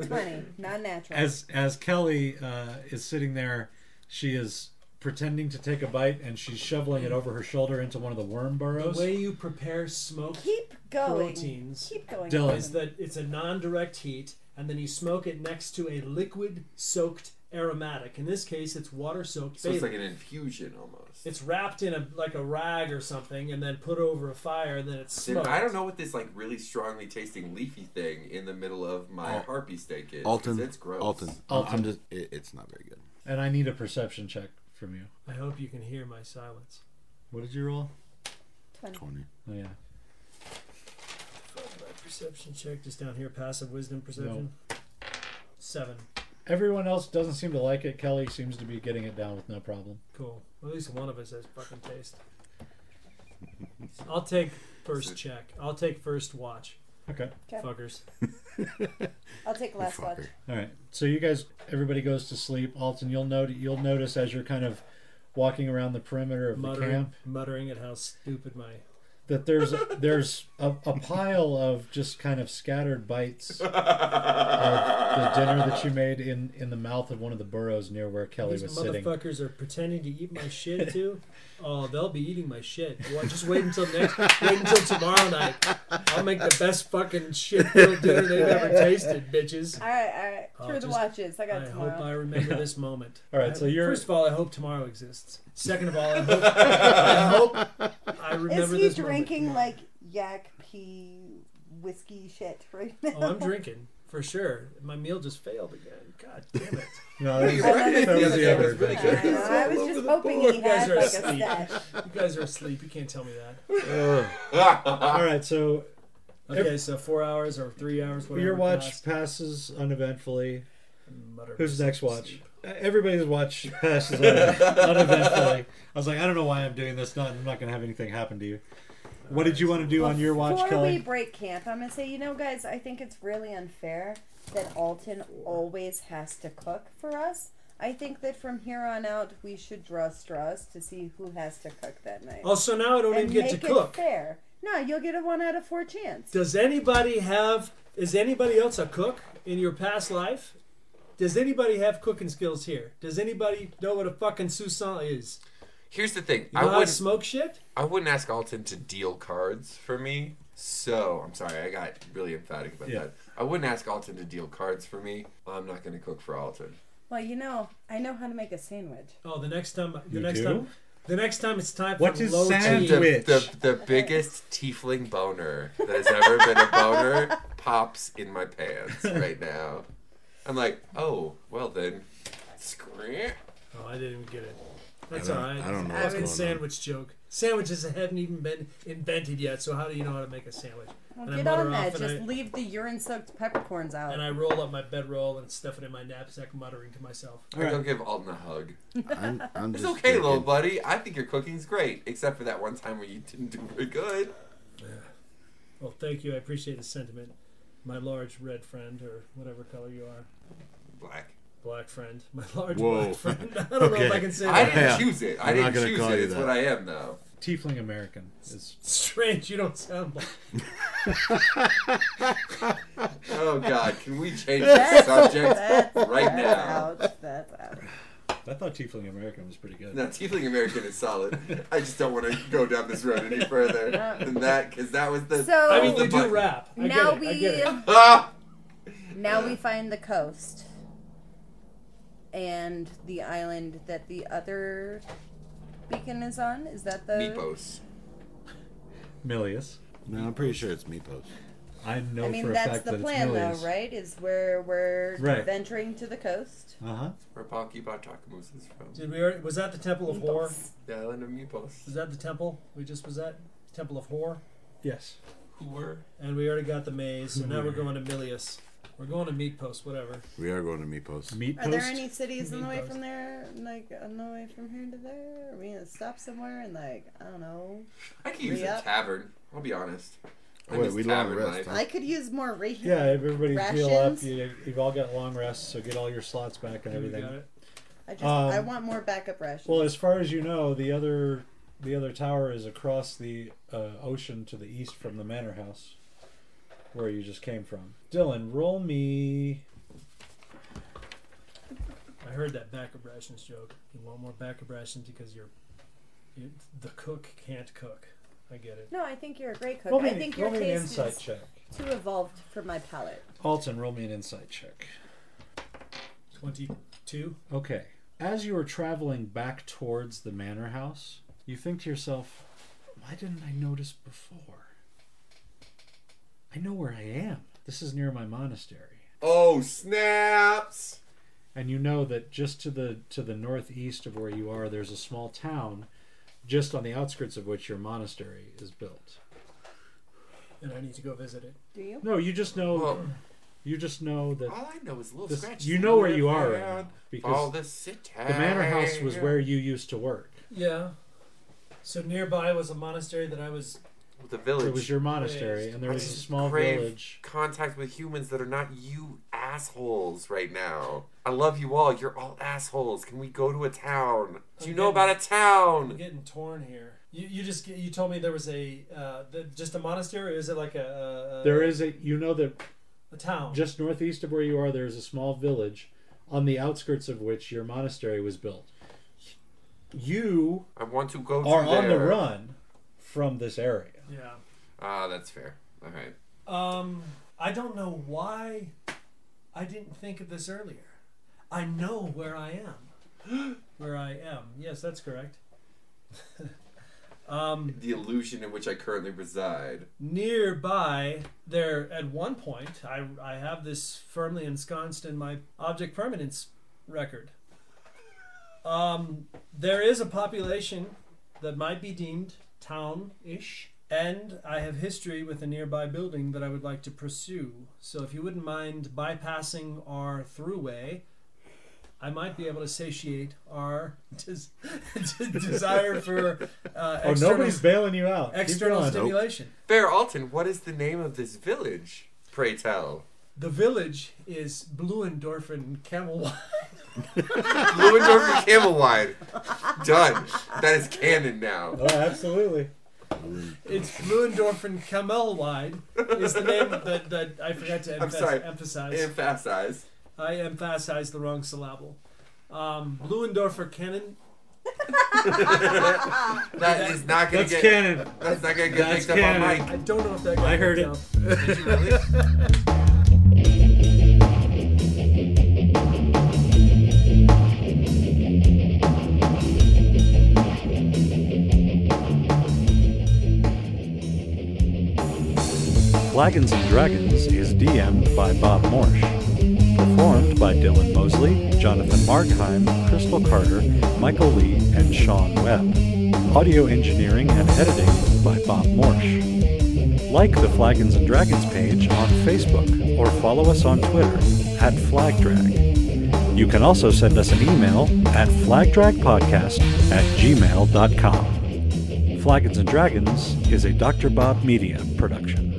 Speaker 7: Twenty, not natural.
Speaker 2: as as Kelly uh, is sitting there, she is pretending to take a bite and she's shoveling it over her shoulder into one of the worm burrows.
Speaker 4: The way you prepare smoked
Speaker 7: Keep going.
Speaker 4: proteins
Speaker 7: Keep going.
Speaker 2: Dylan.
Speaker 4: is that it's a non-direct heat, and then you smoke it next to a liquid-soaked aromatic. In this case, it's water-soaked.
Speaker 3: So it's
Speaker 4: bay
Speaker 3: like
Speaker 4: leaf.
Speaker 3: an infusion almost.
Speaker 4: It's wrapped in a like a rag or something, and then put over a fire, and then it's
Speaker 3: Dude,
Speaker 4: smoked.
Speaker 3: I don't know what this like really strongly tasting leafy thing in the middle of my
Speaker 5: Al-
Speaker 3: harpy steak is. 'cause
Speaker 5: Alton.
Speaker 3: it's gross.
Speaker 5: Alton.
Speaker 2: Alton.
Speaker 5: I'm just. It, it's not very good.
Speaker 2: and I need a perception check from you.
Speaker 4: I hope you can hear my silence.
Speaker 2: What did you roll?
Speaker 5: Twenty.
Speaker 2: Oh yeah.
Speaker 4: Perception check just down here. Passive wisdom perception. Seven.
Speaker 2: Everyone else doesn't seem to like it. Kelly seems to be getting it down with no problem.
Speaker 4: Cool. Well, at least one of us has fucking taste. I'll take first check. I'll take first watch.
Speaker 2: Okay.
Speaker 7: Okay.
Speaker 4: Fuckers.
Speaker 7: I'll take last watch.
Speaker 5: Fucker.
Speaker 2: All right. So you guys, everybody goes to sleep. Alton, you'll note you'll notice as you're kind of walking around the perimeter of the
Speaker 4: Muttering,
Speaker 2: camp
Speaker 4: muttering at how stupid my.
Speaker 2: that there's there's a, a pile of just kind of scattered bites of the dinner that you made in in the mouth of one of the burrows near where Kelly
Speaker 4: These
Speaker 2: was sitting.
Speaker 4: motherfuckers are pretending to eat my shit too. oh, they'll be eating my shit. Well, just wait until next. wait until tomorrow night. I'll make the best fucking shit filled dinner they've ever tasted, bitches.
Speaker 7: All right, all right.
Speaker 4: Oh,
Speaker 7: Through the
Speaker 4: just-
Speaker 7: watches. I
Speaker 4: I
Speaker 7: got
Speaker 4: hope I
Speaker 7: tomorrow.
Speaker 4: remember this moment.
Speaker 2: All right, so
Speaker 4: I-
Speaker 2: you're-
Speaker 4: First of all, I hope tomorrow exists. Second of all, I hope I, hope I
Speaker 7: Is
Speaker 4: remember
Speaker 7: he
Speaker 4: this moment.
Speaker 7: drinking like yak pea whiskey shit right now?
Speaker 4: Oh, I'm drinking for sure. My meal just failed again. God damn it!
Speaker 2: No, that was,
Speaker 7: I love
Speaker 2: that was
Speaker 7: it.
Speaker 2: the other
Speaker 7: I,
Speaker 2: adventure.
Speaker 7: know, I was just hoping he
Speaker 4: You guys
Speaker 7: had
Speaker 4: are
Speaker 7: like a
Speaker 4: asleep.
Speaker 7: stash.
Speaker 4: You guys are asleep. You can't tell me that.
Speaker 2: All right, so
Speaker 4: Okay, so four hours or three hours. Whatever
Speaker 2: your watch
Speaker 4: passed.
Speaker 2: passes uneventfully.
Speaker 4: Mutter
Speaker 2: Who's
Speaker 4: to
Speaker 2: next watch?
Speaker 4: sleep.
Speaker 2: Uh, Everybody's watch passes un- uneventfully. I was like, I don't know why I'm doing this. Not, I'm not going to have anything happen to you. What did you want to do on your watch,
Speaker 7: Before we
Speaker 2: Kelly?
Speaker 7: break camp, I'm gonna say, you know, guys, I think it's really unfair that Alton always has to cook for us.
Speaker 6: I think that from here on out, we should draw straws to see who has to cook that night.
Speaker 4: Oh, so now I don't
Speaker 6: and
Speaker 4: even get to
Speaker 6: make
Speaker 4: cook.
Speaker 6: It fair. No, you'll get a one out of four chance.
Speaker 4: Does anybody have? Is anybody else a cook in your past life? Does anybody have cooking skills here? Does anybody know what a fucking Soussan is?
Speaker 3: Here's the thing.
Speaker 4: You
Speaker 3: I
Speaker 4: know how to
Speaker 3: would
Speaker 4: smoke shit?
Speaker 3: I wouldn't ask Alton to deal cards for me. So I'm sorry, I got really emphatic about
Speaker 9: Yeah.
Speaker 3: that. I wouldn't ask Alton to deal cards for me. I'm not going to cook for Alton.
Speaker 6: Well, you know, I know how to make a sandwich.
Speaker 4: Oh, the next time, the
Speaker 2: You
Speaker 4: next
Speaker 2: do?
Speaker 4: time, the next time it's time
Speaker 2: What
Speaker 4: for
Speaker 2: is
Speaker 4: low
Speaker 2: sand-
Speaker 4: tea.
Speaker 3: The,
Speaker 2: Witch.
Speaker 3: the, the biggest tiefling boner that has ever been a boner pops in my pants right now. I'm like, oh, well then. Scram.
Speaker 4: Oh, I didn't even get it. That's
Speaker 5: I
Speaker 4: all
Speaker 5: don't-
Speaker 4: right.
Speaker 5: I don't know
Speaker 4: It's a
Speaker 5: what's
Speaker 4: fucking
Speaker 5: going on.
Speaker 4: sandwich joke. Sandwiches haven't even been invented yet. So how do you know how to make a sandwich?
Speaker 6: Well,
Speaker 4: And I
Speaker 6: get
Speaker 4: mutter
Speaker 6: on
Speaker 4: off
Speaker 6: that.
Speaker 4: and
Speaker 6: Just
Speaker 4: I-
Speaker 6: leave the urine-soaked peppercorns out.
Speaker 4: And I roll up my bedroll and stuff it in my knapsack, muttering to myself.
Speaker 3: I don't give Alton a hug.
Speaker 5: I'm, I'm
Speaker 3: It's
Speaker 5: just
Speaker 3: okay, little
Speaker 5: thinking-
Speaker 3: buddy. I think your cooking's great, except for that one time where you didn't do very good.
Speaker 4: Well, thank you. I appreciate the sentiment, my large red friend or whatever color you are,
Speaker 3: Black.
Speaker 4: black friend, my large
Speaker 5: Whoa.
Speaker 4: black friend. I don't know
Speaker 5: Okay.
Speaker 4: if I can say
Speaker 3: I
Speaker 4: that.
Speaker 3: didn't
Speaker 5: Yeah.
Speaker 3: choose it. I
Speaker 5: I'm not
Speaker 3: didn't
Speaker 5: gonna
Speaker 3: choose
Speaker 5: call
Speaker 3: it.
Speaker 5: you
Speaker 3: It's
Speaker 5: that.
Speaker 3: what I am though.
Speaker 9: Tiefling American is
Speaker 4: Strange, you don't sound black.
Speaker 3: Oh God, can we change the subject right
Speaker 6: That's
Speaker 3: now?
Speaker 6: out. That's out.
Speaker 2: I thought Tiefling American was pretty good.
Speaker 3: No, Tiefling American is solid. I just don't want to go down this road any further than that because that was the.
Speaker 6: So-
Speaker 3: that
Speaker 4: I
Speaker 3: was
Speaker 4: mean,
Speaker 3: the
Speaker 4: they do
Speaker 3: button.
Speaker 4: rap. I
Speaker 6: now
Speaker 4: get it. I get it.
Speaker 6: we
Speaker 3: Ah!
Speaker 6: now we find the coast and the island that the other beacon is on. Is that the
Speaker 3: Meepos.
Speaker 2: Milius.
Speaker 5: No, I'm pretty sure it's Meepos.
Speaker 2: I know
Speaker 6: I mean,
Speaker 2: for a
Speaker 6: that's
Speaker 2: fact
Speaker 6: the
Speaker 2: that
Speaker 6: plan,
Speaker 2: it's Milius.
Speaker 6: though, right? Is where we're
Speaker 2: Right.
Speaker 6: venturing to the coast.
Speaker 2: Uh
Speaker 4: Uh-huh.
Speaker 2: huh.
Speaker 3: Where Paki Batakamus is from.
Speaker 4: Did we already, was that the Temple of Whore?
Speaker 3: The island of Meepos.
Speaker 4: Was that the temple we just was at? Temple of Whore?
Speaker 2: Yes.
Speaker 3: Who were?
Speaker 4: And we already got the maze, so now we're going to Milius. We're going to Meat Post, whatever.
Speaker 5: We are going to Meepos.
Speaker 2: Meat
Speaker 6: Are
Speaker 2: post.
Speaker 6: there any cities on the way
Speaker 4: Meepos.
Speaker 6: from there, like on the way from here to there? Are we gonna stop somewhere and like I don't know?
Speaker 3: I could use a
Speaker 6: Yep.
Speaker 3: tavern. I'll be honest. I
Speaker 5: Oh, wait,
Speaker 3: miss
Speaker 5: we long
Speaker 3: tavern
Speaker 5: rest,
Speaker 3: life.
Speaker 5: huh?
Speaker 6: I could use more re-
Speaker 2: Yeah, everybody heal
Speaker 6: Rations?
Speaker 2: up. You, you've all got long rests, so get all your slots back and
Speaker 4: We got
Speaker 2: everything.
Speaker 4: it.
Speaker 6: I just
Speaker 2: Um,
Speaker 6: I want more backup rations.
Speaker 2: Well, as far as you know, the other the other tower is across the uh, ocean to the east from the manor house, where you just came from. Dylan, roll me.
Speaker 4: I heard that back of rations joke. You want more back of rations because you're, you the cook can't cook. I get it.
Speaker 6: no, I think you're a great cook.
Speaker 2: Roll me,
Speaker 6: I think
Speaker 2: roll
Speaker 6: your
Speaker 2: me an
Speaker 6: taste
Speaker 2: insight
Speaker 6: is
Speaker 2: check.
Speaker 6: too evolved for my palate.
Speaker 2: Alton, roll me an insight check.
Speaker 4: 22?
Speaker 2: Okay. As you were traveling back towards the manor house, you think to yourself, why didn't I notice before? I know where I am. This is near my monastery.
Speaker 3: Oh snaps!
Speaker 2: and you know that just to the to the northeast of where you are there's a small town just on the outskirts of which your monastery is built
Speaker 4: And I need to go visit it.
Speaker 6: Do you?
Speaker 2: no you just know
Speaker 3: Well,
Speaker 2: you just know that
Speaker 3: all I know is little
Speaker 2: Oh, this,
Speaker 3: scratch.
Speaker 2: you know where you are right now
Speaker 3: All
Speaker 2: because
Speaker 3: the city.
Speaker 2: the manor house was where you used to work
Speaker 4: Yeah. So nearby was a monastery that I was.
Speaker 3: the village.
Speaker 2: it was your monastery and there
Speaker 3: I
Speaker 2: was a
Speaker 3: just
Speaker 2: small
Speaker 3: crave
Speaker 2: village
Speaker 3: Contact with humans that are not you assholes right now. I love you all. You're all assholes. Can we go to a town? Do you know
Speaker 4: Again.
Speaker 3: about a
Speaker 4: I'm
Speaker 3: town?
Speaker 4: getting torn here. You, you just you told me there was a uh, the, just a monastery. Or is it like a, a
Speaker 2: there is a you know that
Speaker 4: a town?
Speaker 2: just northeast of where you are there is a small village on the outskirts of which your monastery was built you
Speaker 3: I want to go
Speaker 2: are
Speaker 3: to
Speaker 2: on the
Speaker 3: there.
Speaker 2: run from this area.
Speaker 4: yeah.
Speaker 3: Ah, that's fair. All right.
Speaker 4: Um, I don't know why I didn't think of this earlier. I know where I am. where I am. Yes, that's correct. um,
Speaker 3: The illusion in which I currently reside.
Speaker 4: nearby there at one point I, I have this firmly ensconced in my object permanence record um, there is a population that might be deemed town-ish and i have history with a nearby building that i would like to pursue so if you wouldn't mind bypassing our throughway i might be able to satiate our des- desire for uh,
Speaker 2: Oh,
Speaker 4: external,
Speaker 2: nobody's bailing you out. Keep
Speaker 4: external
Speaker 2: going.
Speaker 4: stimulation
Speaker 3: Fair Alton, what is the name of this village? Pray tell.
Speaker 4: The village is Bluendorfen camel wine.
Speaker 3: Ludendorff and camel wine. Done. That is canon now.
Speaker 10: Oh, absolutely.
Speaker 4: It's Muendorfen Camel Wine is the name that, that I forgot to
Speaker 3: I'm
Speaker 4: emphasize.
Speaker 3: sorry.
Speaker 4: emphasize.
Speaker 3: Emphasize.
Speaker 4: I emphasized the wrong syllable. Um, Bluendorfer Cannon.
Speaker 3: That is not gonna
Speaker 10: That's
Speaker 3: get.
Speaker 10: canon.
Speaker 3: That's not gonna get
Speaker 10: That's
Speaker 3: picked up on
Speaker 10: canon.
Speaker 3: mic.
Speaker 4: I don't know if that.
Speaker 10: I heard it.
Speaker 3: Did you really?
Speaker 2: Flagons and Dragons is DM'd by Bob Morsch. Performed by Dylan Mosley, Jonathan Markheim, Crystal Carter, Michael Lee, and Sean Webb. Audio engineering and editing by Bob Morsch. Like the Flagons and Dragons page on Facebook or follow us on Twitter at FlagDrag. You can also send us an email at flagdragpodcast at gmail.com. Flagons and Dragons is a Dr. Bob Media production.